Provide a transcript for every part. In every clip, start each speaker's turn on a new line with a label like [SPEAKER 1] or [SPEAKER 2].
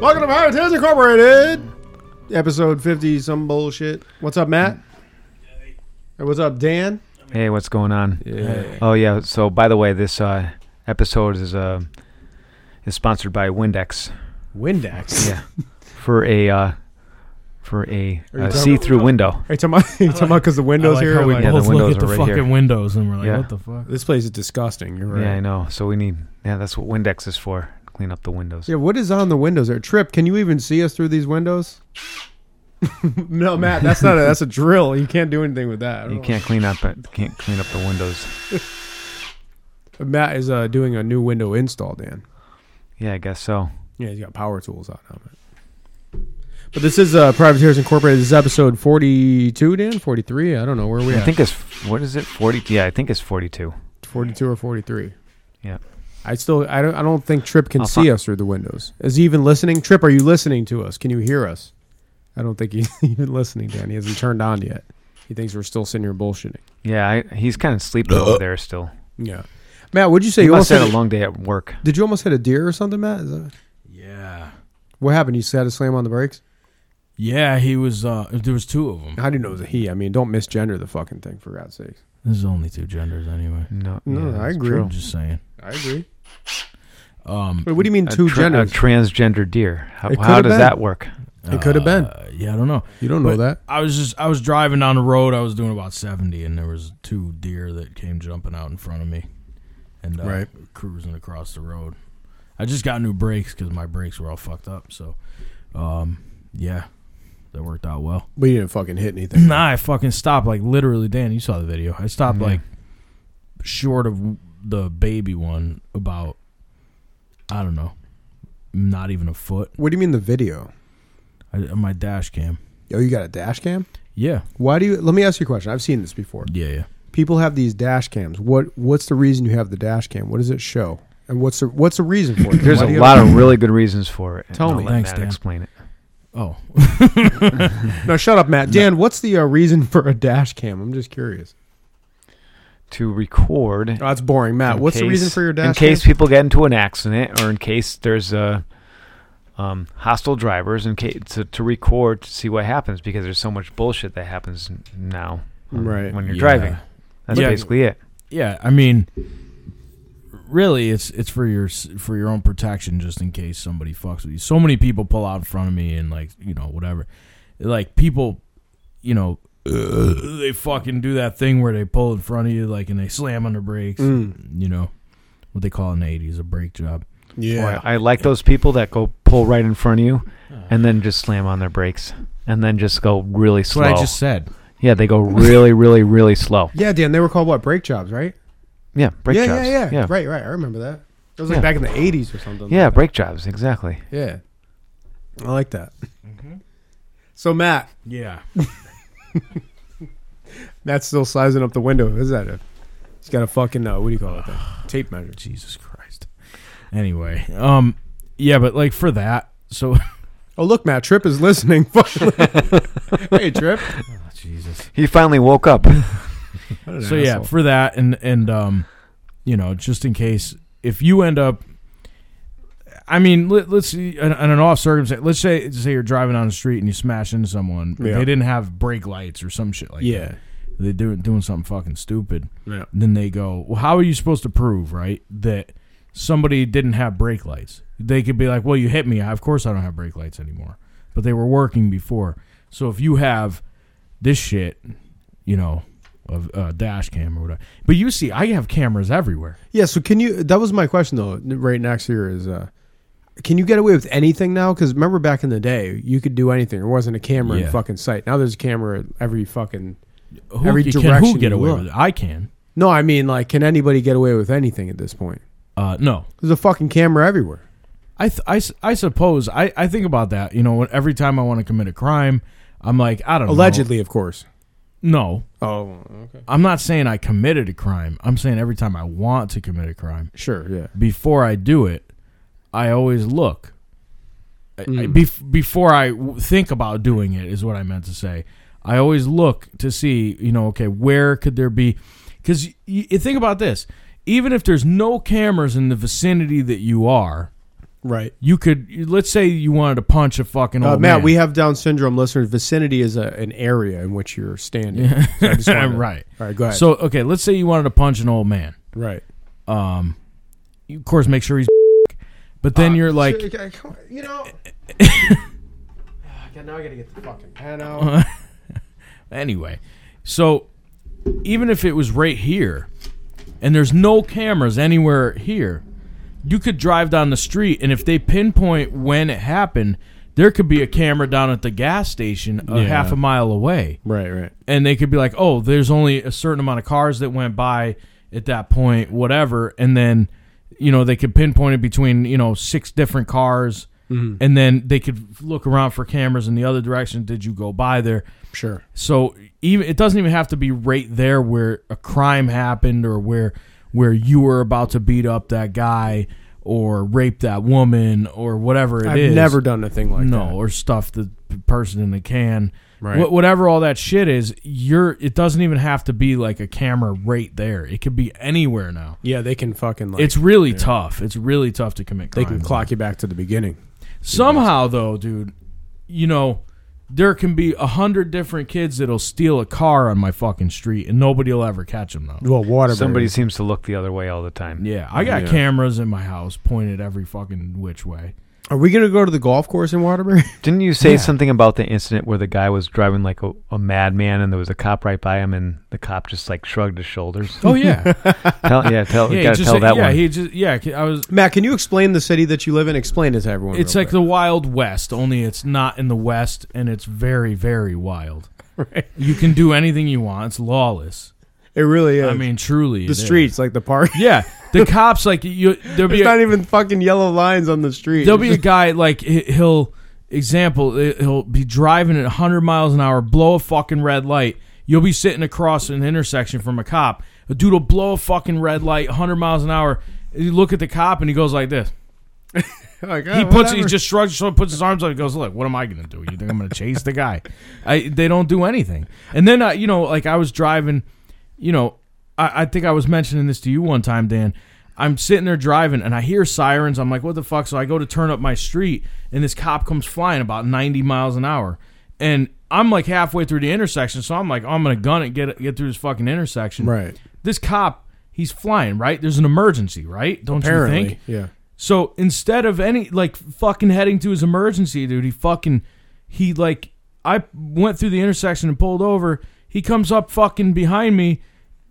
[SPEAKER 1] Welcome to Pirate Tales Incorporated, episode fifty, some bullshit. What's up, Matt? Hey, what's up, Dan?
[SPEAKER 2] Hey, what's going on? Oh yeah. So by the way, this uh, episode is uh, is sponsored by Windex.
[SPEAKER 1] Windex.
[SPEAKER 2] Yeah, for a uh, for a
[SPEAKER 1] Are you
[SPEAKER 2] uh,
[SPEAKER 1] talking-
[SPEAKER 2] see-through window.
[SPEAKER 1] Hey, talking about, you talking about because the windows
[SPEAKER 3] I
[SPEAKER 1] here. Are
[SPEAKER 3] like
[SPEAKER 1] like,
[SPEAKER 2] Yeah,
[SPEAKER 3] how
[SPEAKER 2] the
[SPEAKER 3] we both
[SPEAKER 2] windows
[SPEAKER 3] look at
[SPEAKER 2] are
[SPEAKER 3] the
[SPEAKER 2] right
[SPEAKER 3] fucking
[SPEAKER 2] here.
[SPEAKER 3] windows and we're like,
[SPEAKER 2] Yeah.
[SPEAKER 3] what the fuck?
[SPEAKER 1] this place is disgusting. You're right.
[SPEAKER 2] Yeah, I know. So we need. Yeah, that's what Windex is for. Clean up the windows.
[SPEAKER 1] Yeah, what is on the windows there? Trip, can you even see us through these windows? no, Matt, that's not a, that's a drill. You can't do anything with that. I
[SPEAKER 2] You
[SPEAKER 1] don't
[SPEAKER 2] can't clean up. it- Can't clean up the windows.
[SPEAKER 1] know. Matt is uh, doing a new window install, Dan.
[SPEAKER 2] Yeah, I guess so.
[SPEAKER 1] Yeah, he's got power tools on him. But this is uh, Privateers Incorporated. This is episode 42, Dan? 43? I don't know. Where are we
[SPEAKER 2] I
[SPEAKER 1] at?
[SPEAKER 2] think it's what is it? Forty. Yeah, I think it's forty-two.
[SPEAKER 1] 42 or 43.
[SPEAKER 2] Yeah.
[SPEAKER 1] I still I don't I don't think Trip can
[SPEAKER 2] I'll
[SPEAKER 1] see
[SPEAKER 2] fi-
[SPEAKER 1] us through the windows. Is he even listening? Trip, are you listening to us? Can you hear us? I don't think he's even listening, Dan. He hasn't turned on yet. He thinks we're still sitting here bullshitting.
[SPEAKER 2] Yeah, I, he's kind of sleeping over there still.
[SPEAKER 1] Yeah. Matt, what'd you say?
[SPEAKER 2] He
[SPEAKER 1] You almost
[SPEAKER 2] must have
[SPEAKER 1] hit
[SPEAKER 2] had a
[SPEAKER 1] a,
[SPEAKER 2] long day at work.
[SPEAKER 1] did you almost hit a deer or something, Matt? Is that,
[SPEAKER 3] Yeah.
[SPEAKER 1] what happened? You just had to slam on the brakes?
[SPEAKER 3] Yeah, he was, uh, there was two of them.
[SPEAKER 1] How do you know it was a he? I mean, don't misgender the fucking thing, for God's sakes.
[SPEAKER 3] There's only two genders anyway.
[SPEAKER 2] No,
[SPEAKER 1] No,
[SPEAKER 2] yeah,
[SPEAKER 1] I
[SPEAKER 2] that's
[SPEAKER 1] agree.
[SPEAKER 2] true.
[SPEAKER 3] I'm just saying.
[SPEAKER 1] I agree.
[SPEAKER 3] Um,
[SPEAKER 1] Wait, what do you mean
[SPEAKER 2] A
[SPEAKER 1] two
[SPEAKER 2] tra-
[SPEAKER 1] genders?
[SPEAKER 2] A transgender deer. How,
[SPEAKER 1] It
[SPEAKER 2] how
[SPEAKER 1] could've
[SPEAKER 2] does
[SPEAKER 1] been.
[SPEAKER 2] that work?
[SPEAKER 1] It could have been.
[SPEAKER 3] uh, yeah, I don't know.
[SPEAKER 1] You don't know that.
[SPEAKER 3] but- I was just, I was driving down the road. I was doing about 70 and there was two deer that came jumping out in front of me and uh,
[SPEAKER 1] Right.
[SPEAKER 3] cruising across the road. I just got new brakes because my brakes were all fucked up. So, um, yeah, that worked out well.
[SPEAKER 1] But you didn't fucking hit anything.
[SPEAKER 3] Nah, I fucking stopped like literally, Dan. You saw the video. I stopped
[SPEAKER 2] Yeah.
[SPEAKER 3] like short of the baby one about I don't know, not even a foot.
[SPEAKER 1] What do you mean the video?
[SPEAKER 3] I, my dash cam.
[SPEAKER 1] Oh, you got a dash cam?
[SPEAKER 3] Yeah,
[SPEAKER 1] Why do you? Let me ask you a question. I've seen this before.
[SPEAKER 3] yeah, yeah.
[SPEAKER 1] People have these dash cams. What What's the reason you have the dash cam? What does it show? And what's the What's the reason for it?
[SPEAKER 2] There's
[SPEAKER 1] Why
[SPEAKER 2] a
[SPEAKER 1] do you
[SPEAKER 2] lot
[SPEAKER 1] have-
[SPEAKER 2] of really good reasons for it. and
[SPEAKER 1] Tell
[SPEAKER 2] I'll
[SPEAKER 1] me.
[SPEAKER 2] let
[SPEAKER 3] Thanks,
[SPEAKER 2] Matt
[SPEAKER 3] Dan.
[SPEAKER 2] Explain it.
[SPEAKER 3] Oh,
[SPEAKER 1] No, shut up, Matt. Dan, what's the uh, reason for a dash cam? I'm just curious.
[SPEAKER 2] To record.
[SPEAKER 1] Oh, that's boring, Matt.
[SPEAKER 2] in
[SPEAKER 1] what's the
[SPEAKER 2] case-
[SPEAKER 1] reason for your dash
[SPEAKER 2] In case
[SPEAKER 1] cam?
[SPEAKER 2] people get into an accident, or in case there's uh um, hostile drivers, in case to, to record to see what happens, because there's so much bullshit that happens n- now. um,
[SPEAKER 1] Right.
[SPEAKER 2] When you're
[SPEAKER 3] Yeah.
[SPEAKER 2] driving, that's
[SPEAKER 3] Yeah.
[SPEAKER 2] basically it.
[SPEAKER 3] yeah. I mean, really, it's it's for your s- for your own protection, just in case somebody fucks with you. So many people pull out in front of me and like you know whatever, like people, you know. they fucking do that thing where they pull in front of you, like, and they slam on their brakes.
[SPEAKER 1] Mm.
[SPEAKER 3] you know what they call in the eighties a brake job.
[SPEAKER 1] Yeah.
[SPEAKER 2] Boy, I like those people that go pull right in front of you,
[SPEAKER 3] Uh.
[SPEAKER 2] and then just slam on their brakes, and then just go really
[SPEAKER 3] That's
[SPEAKER 2] slow.
[SPEAKER 3] what I just said.
[SPEAKER 2] yeah, they go really, really, really slow.
[SPEAKER 1] Yeah, Dan. They were called what? Brake jobs, right?
[SPEAKER 2] Yeah, brake
[SPEAKER 1] yeah,
[SPEAKER 2] jobs.
[SPEAKER 1] yeah, yeah, Right, right. I remember that. It was like
[SPEAKER 2] Yeah.
[SPEAKER 1] back in the '80s or something.
[SPEAKER 2] Yeah,
[SPEAKER 1] like that.
[SPEAKER 2] brake jobs, exactly.
[SPEAKER 1] Yeah. I like that.
[SPEAKER 3] Mm-hmm.
[SPEAKER 1] So Matt,
[SPEAKER 3] Yeah.
[SPEAKER 1] Matt's still sizing up the window. What Is that a? He's got a fucking uh, what do you call it? That? Tape measure.
[SPEAKER 3] Jesus Christ. Anyway, um, yeah, but like for that, so
[SPEAKER 1] Oh look, Matt Tripp is listening. hey Tripp.
[SPEAKER 3] Jesus.
[SPEAKER 2] He finally woke up.
[SPEAKER 3] So yeah, for that, and and um, you know, just in case if you end up, I mean, let, let's see, in, in an off circumstance, let's say say you're driving down the street and you smash into someone, but
[SPEAKER 1] Yeah.
[SPEAKER 3] they didn't have brake lights or some shit like that.
[SPEAKER 1] yeah,
[SPEAKER 3] They're doing doing something fucking stupid.
[SPEAKER 1] yeah,
[SPEAKER 3] then they go, well, how are you supposed to prove, right, that somebody didn't have brake lights? They could be like, well, you hit me. Of course I don't have brake lights anymore. But they were working before. So if you have this shit, you know, of uh, dash cam or whatever. But you see, I have cameras everywhere.
[SPEAKER 1] yeah. So can you? That was my question though. Right next here is, uh, can you get away with anything now? Because remember back in the day, you could do anything. There wasn't a camera in
[SPEAKER 3] Yeah.
[SPEAKER 1] fucking sight. Now there's a camera at every fucking.
[SPEAKER 3] Who,
[SPEAKER 1] Every
[SPEAKER 3] can
[SPEAKER 1] direction
[SPEAKER 3] who get
[SPEAKER 1] you
[SPEAKER 3] away
[SPEAKER 1] look.
[SPEAKER 3] with it? I can.
[SPEAKER 1] No, I mean like, can anybody get away with anything at this point?
[SPEAKER 3] Uh, no,
[SPEAKER 1] There's a fucking camera everywhere.
[SPEAKER 3] I, th- I, s- I suppose I, I think about that. You know, when, every time I want to commit a crime, I'm like, I don't know.
[SPEAKER 1] Allegedly, of course.
[SPEAKER 3] No,
[SPEAKER 1] Oh, okay.
[SPEAKER 3] I'm not saying I committed a crime. I'm saying every time I want to commit a crime,
[SPEAKER 1] Sure, yeah.
[SPEAKER 3] before I do it, I always look. I- I-
[SPEAKER 1] Mm.
[SPEAKER 3] bef- before I w- think about doing it, is what I meant to say. I always look to see, you know, okay, where could there be? Because you, think about this: even if there's no cameras in the vicinity that you are,
[SPEAKER 1] Right.
[SPEAKER 3] You could let's say you wanted to punch a fucking
[SPEAKER 1] Uh,
[SPEAKER 3] old
[SPEAKER 1] Matt,
[SPEAKER 3] Oh, man.
[SPEAKER 1] we have Down syndrome listeners. Vicinity is a, an area in which you're standing. So I just wanted to-
[SPEAKER 3] right.
[SPEAKER 1] All right, go ahead.
[SPEAKER 3] So okay, let's say you wanted to punch an old man.
[SPEAKER 1] right.
[SPEAKER 3] Um, you, of course, make sure he's. But
[SPEAKER 1] Uh,
[SPEAKER 3] then you're like,
[SPEAKER 1] you know. now I gotta get the fucking pen out.
[SPEAKER 3] Anyway, so even if it was right here and there's no cameras anywhere here, you could drive down the street and if they pinpoint when it happened, there could be a camera down at the gas station a
[SPEAKER 1] Yeah.
[SPEAKER 3] half a mile away.
[SPEAKER 1] Right, right.
[SPEAKER 3] And they could be like, oh, there's only a certain amount of cars that went by at that point, whatever. And then, you know, they could pinpoint it between, you know, six different cars.
[SPEAKER 1] Mm-hmm.
[SPEAKER 3] And then they could look around for cameras in the other direction. Did you go by there?
[SPEAKER 1] Sure.
[SPEAKER 3] So even it doesn't even have to be right there where a crime happened or where where you were about to beat up that guy or rape that woman or whatever it is.
[SPEAKER 1] I've never done a thing like
[SPEAKER 3] no
[SPEAKER 1] that.
[SPEAKER 3] or stuff the p- person in the can.
[SPEAKER 1] Right.
[SPEAKER 3] Wh- whatever all that shit is, you're it doesn't even have to be like a camera right there. It could be anywhere now.
[SPEAKER 1] Yeah, they can fucking like.
[SPEAKER 3] It's really tough. It's really tough to commit
[SPEAKER 1] they
[SPEAKER 3] crime.
[SPEAKER 1] can clock you back to the beginning.
[SPEAKER 3] Somehow, though, dude, you know, there can be a hundred different kids that'll steal a car on my fucking street, and nobody will ever catch them though.
[SPEAKER 1] Well, water.
[SPEAKER 2] Somebody seems to look the other way all the time.
[SPEAKER 3] Yeah, I got
[SPEAKER 1] Yeah.
[SPEAKER 3] cameras in my house pointed every fucking which way.
[SPEAKER 1] Are we gonna go to the golf course in Waterbury?
[SPEAKER 2] Didn't you say
[SPEAKER 3] Yeah.
[SPEAKER 2] something about the incident where the guy was driving like a, a madman and there was a cop right by him and the cop just like shrugged his shoulders?
[SPEAKER 3] Oh yeah,
[SPEAKER 2] tell, yeah, tell,
[SPEAKER 3] yeah.
[SPEAKER 2] you
[SPEAKER 3] he
[SPEAKER 2] gotta
[SPEAKER 3] just-
[SPEAKER 2] tell that
[SPEAKER 3] yeah,
[SPEAKER 2] one.
[SPEAKER 3] he just yeah. I was.
[SPEAKER 1] Matt, can you explain the city that you live in? Explain it to everyone.
[SPEAKER 3] It's like the Wild West, only it's not in the West, and it's very very wild.
[SPEAKER 1] Right.
[SPEAKER 3] You can do anything you want. It's lawless.
[SPEAKER 1] the. It really is.
[SPEAKER 3] I mean, truly, it
[SPEAKER 1] the
[SPEAKER 3] is.
[SPEAKER 1] streets, like the park.
[SPEAKER 3] Yeah, the cops like you. There'll be
[SPEAKER 1] There's
[SPEAKER 3] a-
[SPEAKER 1] not even fucking yellow lines on the street.
[SPEAKER 3] There'll be a guy like he- he'll example he'll be driving at 100 miles an hour, blow a fucking red light. You'll be sitting across an intersection from a cop. A dude will blow a fucking red light, 100 miles an hour. You look at the cop and he goes like this.
[SPEAKER 1] like, "Oh,
[SPEAKER 3] He puts he just shrugs his shoulder, puts his arms up, and goes, "Look, what am I going to do? You think I'm going to chase the guy? I they don't do anything." And then uh, you know, like I was driving, you know, I, I think I was mentioning this to you one time, Dan. I'm sitting there driving and I hear sirens. I'm like, "What the fuck?" So I go to turn up my street, and this cop comes flying about 90 miles an hour, and I'm like halfway through the intersection, so I'm like, "I'm going to gun it, get get through this fucking intersection."
[SPEAKER 1] right.
[SPEAKER 3] This cop, he's flying right. There's an emergency, right? Don't you
[SPEAKER 1] Apparently,
[SPEAKER 3] think?
[SPEAKER 1] yeah.
[SPEAKER 3] So instead of any like fucking heading to his emergency, dude, he fucking he like I went through the intersection and pulled over. He comes up fucking behind me,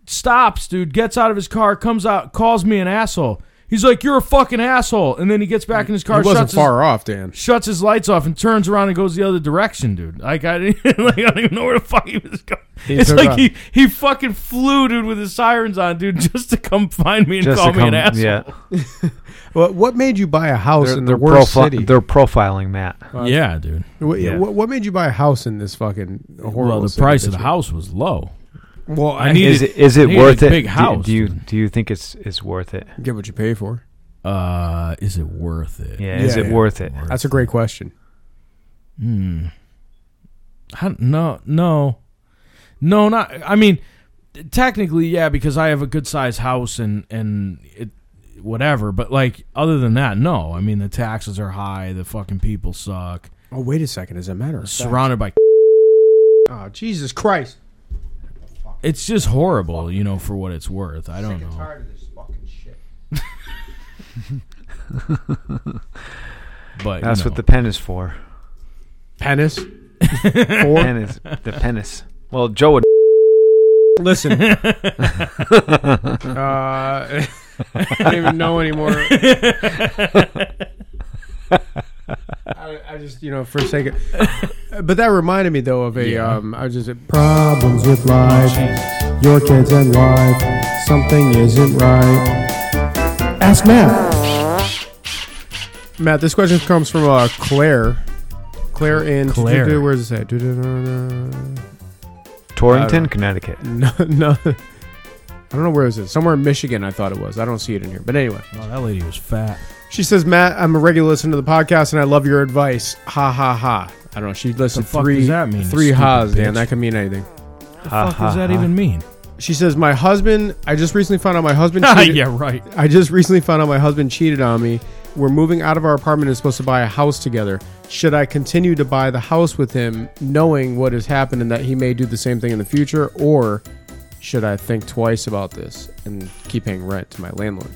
[SPEAKER 3] stops, dude, gets out of his car, comes out, calls me an asshole. He's like, "You're a fucking asshole," and then he gets back in his car,
[SPEAKER 1] It wasn't
[SPEAKER 3] shuts his,
[SPEAKER 1] far off, Dan.
[SPEAKER 3] shuts his lights off, and turns around and goes the other direction, dude. Like I didn't, like I don't even know where the fuck he was going. it's
[SPEAKER 1] took
[SPEAKER 3] like
[SPEAKER 1] off.
[SPEAKER 3] he he fucking flew, dude, with his sirens on, dude, just to come find me and
[SPEAKER 2] Just
[SPEAKER 3] call
[SPEAKER 2] to
[SPEAKER 3] me an
[SPEAKER 2] come-
[SPEAKER 3] asshole.
[SPEAKER 2] Yeah,
[SPEAKER 1] What what made you buy a house
[SPEAKER 2] they're,
[SPEAKER 1] in
[SPEAKER 2] they're
[SPEAKER 1] the worst
[SPEAKER 2] profi-
[SPEAKER 1] city?
[SPEAKER 2] they're profiling Matt.
[SPEAKER 3] yeah dude.
[SPEAKER 1] What,
[SPEAKER 2] Yeah.
[SPEAKER 1] what, what made you buy a house in this fucking horrible?
[SPEAKER 3] Well, the
[SPEAKER 1] city
[SPEAKER 3] price
[SPEAKER 1] that
[SPEAKER 3] of the
[SPEAKER 1] you-
[SPEAKER 3] house was low.
[SPEAKER 1] Well, I,
[SPEAKER 3] I
[SPEAKER 1] need
[SPEAKER 3] need-
[SPEAKER 2] Is it is it
[SPEAKER 3] he
[SPEAKER 2] worth
[SPEAKER 3] had a
[SPEAKER 2] it?
[SPEAKER 3] big
[SPEAKER 2] Do-
[SPEAKER 3] house,
[SPEAKER 2] Do, you
[SPEAKER 3] dude.
[SPEAKER 2] do you think it's it's worth it?
[SPEAKER 1] get what you pay for.
[SPEAKER 3] Uh, is it worth it?
[SPEAKER 2] Yeah, is
[SPEAKER 1] Yeah,
[SPEAKER 2] it
[SPEAKER 1] yeah.
[SPEAKER 2] worth it?
[SPEAKER 1] That's a great question.
[SPEAKER 3] Hmm. I, no, no, no, not. I mean, technically, yeah, because I have a good sized house and and it, whatever. But like, other than that, no. I mean, the taxes are high. The fucking people suck.
[SPEAKER 1] Oh, wait a second. As a matter of fact.
[SPEAKER 3] Surrounded by,
[SPEAKER 1] Oh, Jesus Christ.
[SPEAKER 3] it's just horrible. You know, for what it's worth. I don't know.
[SPEAKER 1] of this fucking shit.
[SPEAKER 3] But
[SPEAKER 2] That's
[SPEAKER 3] you
[SPEAKER 2] what
[SPEAKER 3] know.
[SPEAKER 2] the pen is for.
[SPEAKER 1] Penis. Four.
[SPEAKER 2] Pen is the penis. Well, Joe would.
[SPEAKER 1] Listen. uh, I don't even know anymore. I, I just, you know, for a second. But that reminded me, though, of a.
[SPEAKER 3] Yeah.
[SPEAKER 1] Um, I was just.
[SPEAKER 4] problems with life, your kids and wife, something isn't right. Ask Matt.
[SPEAKER 1] Matt, this question comes from uh, Claire. Claire in.
[SPEAKER 3] Claire.
[SPEAKER 1] Where does it say?
[SPEAKER 2] Torrington, Connecticut.
[SPEAKER 1] No, no. I don't know where is it. Somewhere in Michigan, I thought it was. I don't see it in here. But anyway,
[SPEAKER 3] Oh, that lady was fat.
[SPEAKER 1] she says, Matt, I'm a regular listener to the podcast, and I love your advice. Ha ha ha. I don't know. She listened
[SPEAKER 3] The fuck
[SPEAKER 1] three
[SPEAKER 3] does that mean,
[SPEAKER 1] three
[SPEAKER 3] stupid
[SPEAKER 1] ha's, Dan.
[SPEAKER 3] bitch?
[SPEAKER 1] That could mean anything.
[SPEAKER 3] The
[SPEAKER 2] Ah,
[SPEAKER 3] fuck does that even mean?
[SPEAKER 1] She says, my husband. I just recently found out my husband. Cheated.
[SPEAKER 3] yeah, right.
[SPEAKER 1] I just recently found out my husband cheated on me, We're moving out of our apartment and supposed to buy a house together. Should I continue to buy the house with him, knowing what has happened and that he may do the same thing in the future, or should I think twice about this and keep paying rent to my landlord?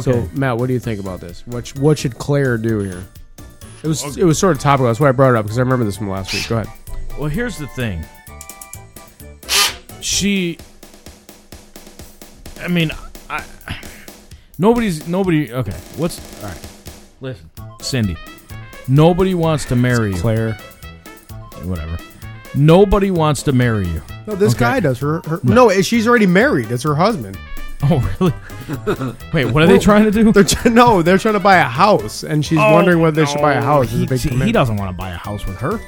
[SPEAKER 1] So,
[SPEAKER 3] Okay.
[SPEAKER 1] Matt, what do you think about this? What sh- what should Claire do here? It was it was sort of topical. That's why I brought it up because I remember this from last week. Go ahead.
[SPEAKER 3] Well, here's the thing. She I mean, I nobody's nobody okay, what's all right. Listen, Cindy. Nobody wants to marry you.
[SPEAKER 1] Claire.
[SPEAKER 3] Whatever. Nobody wants to marry you.
[SPEAKER 1] No, this
[SPEAKER 3] Okay.
[SPEAKER 1] guy does. Her, her no. she's already married. It's her husband.
[SPEAKER 3] Oh, really? Wait, what are they trying to do?
[SPEAKER 1] They're tr- no, they're trying to buy a house, and she's wondering whether they should buy a
[SPEAKER 3] Oh, no,
[SPEAKER 1] house. It's
[SPEAKER 3] He,
[SPEAKER 1] a big
[SPEAKER 3] he
[SPEAKER 1] commitment.
[SPEAKER 3] doesn't want to buy a house with her.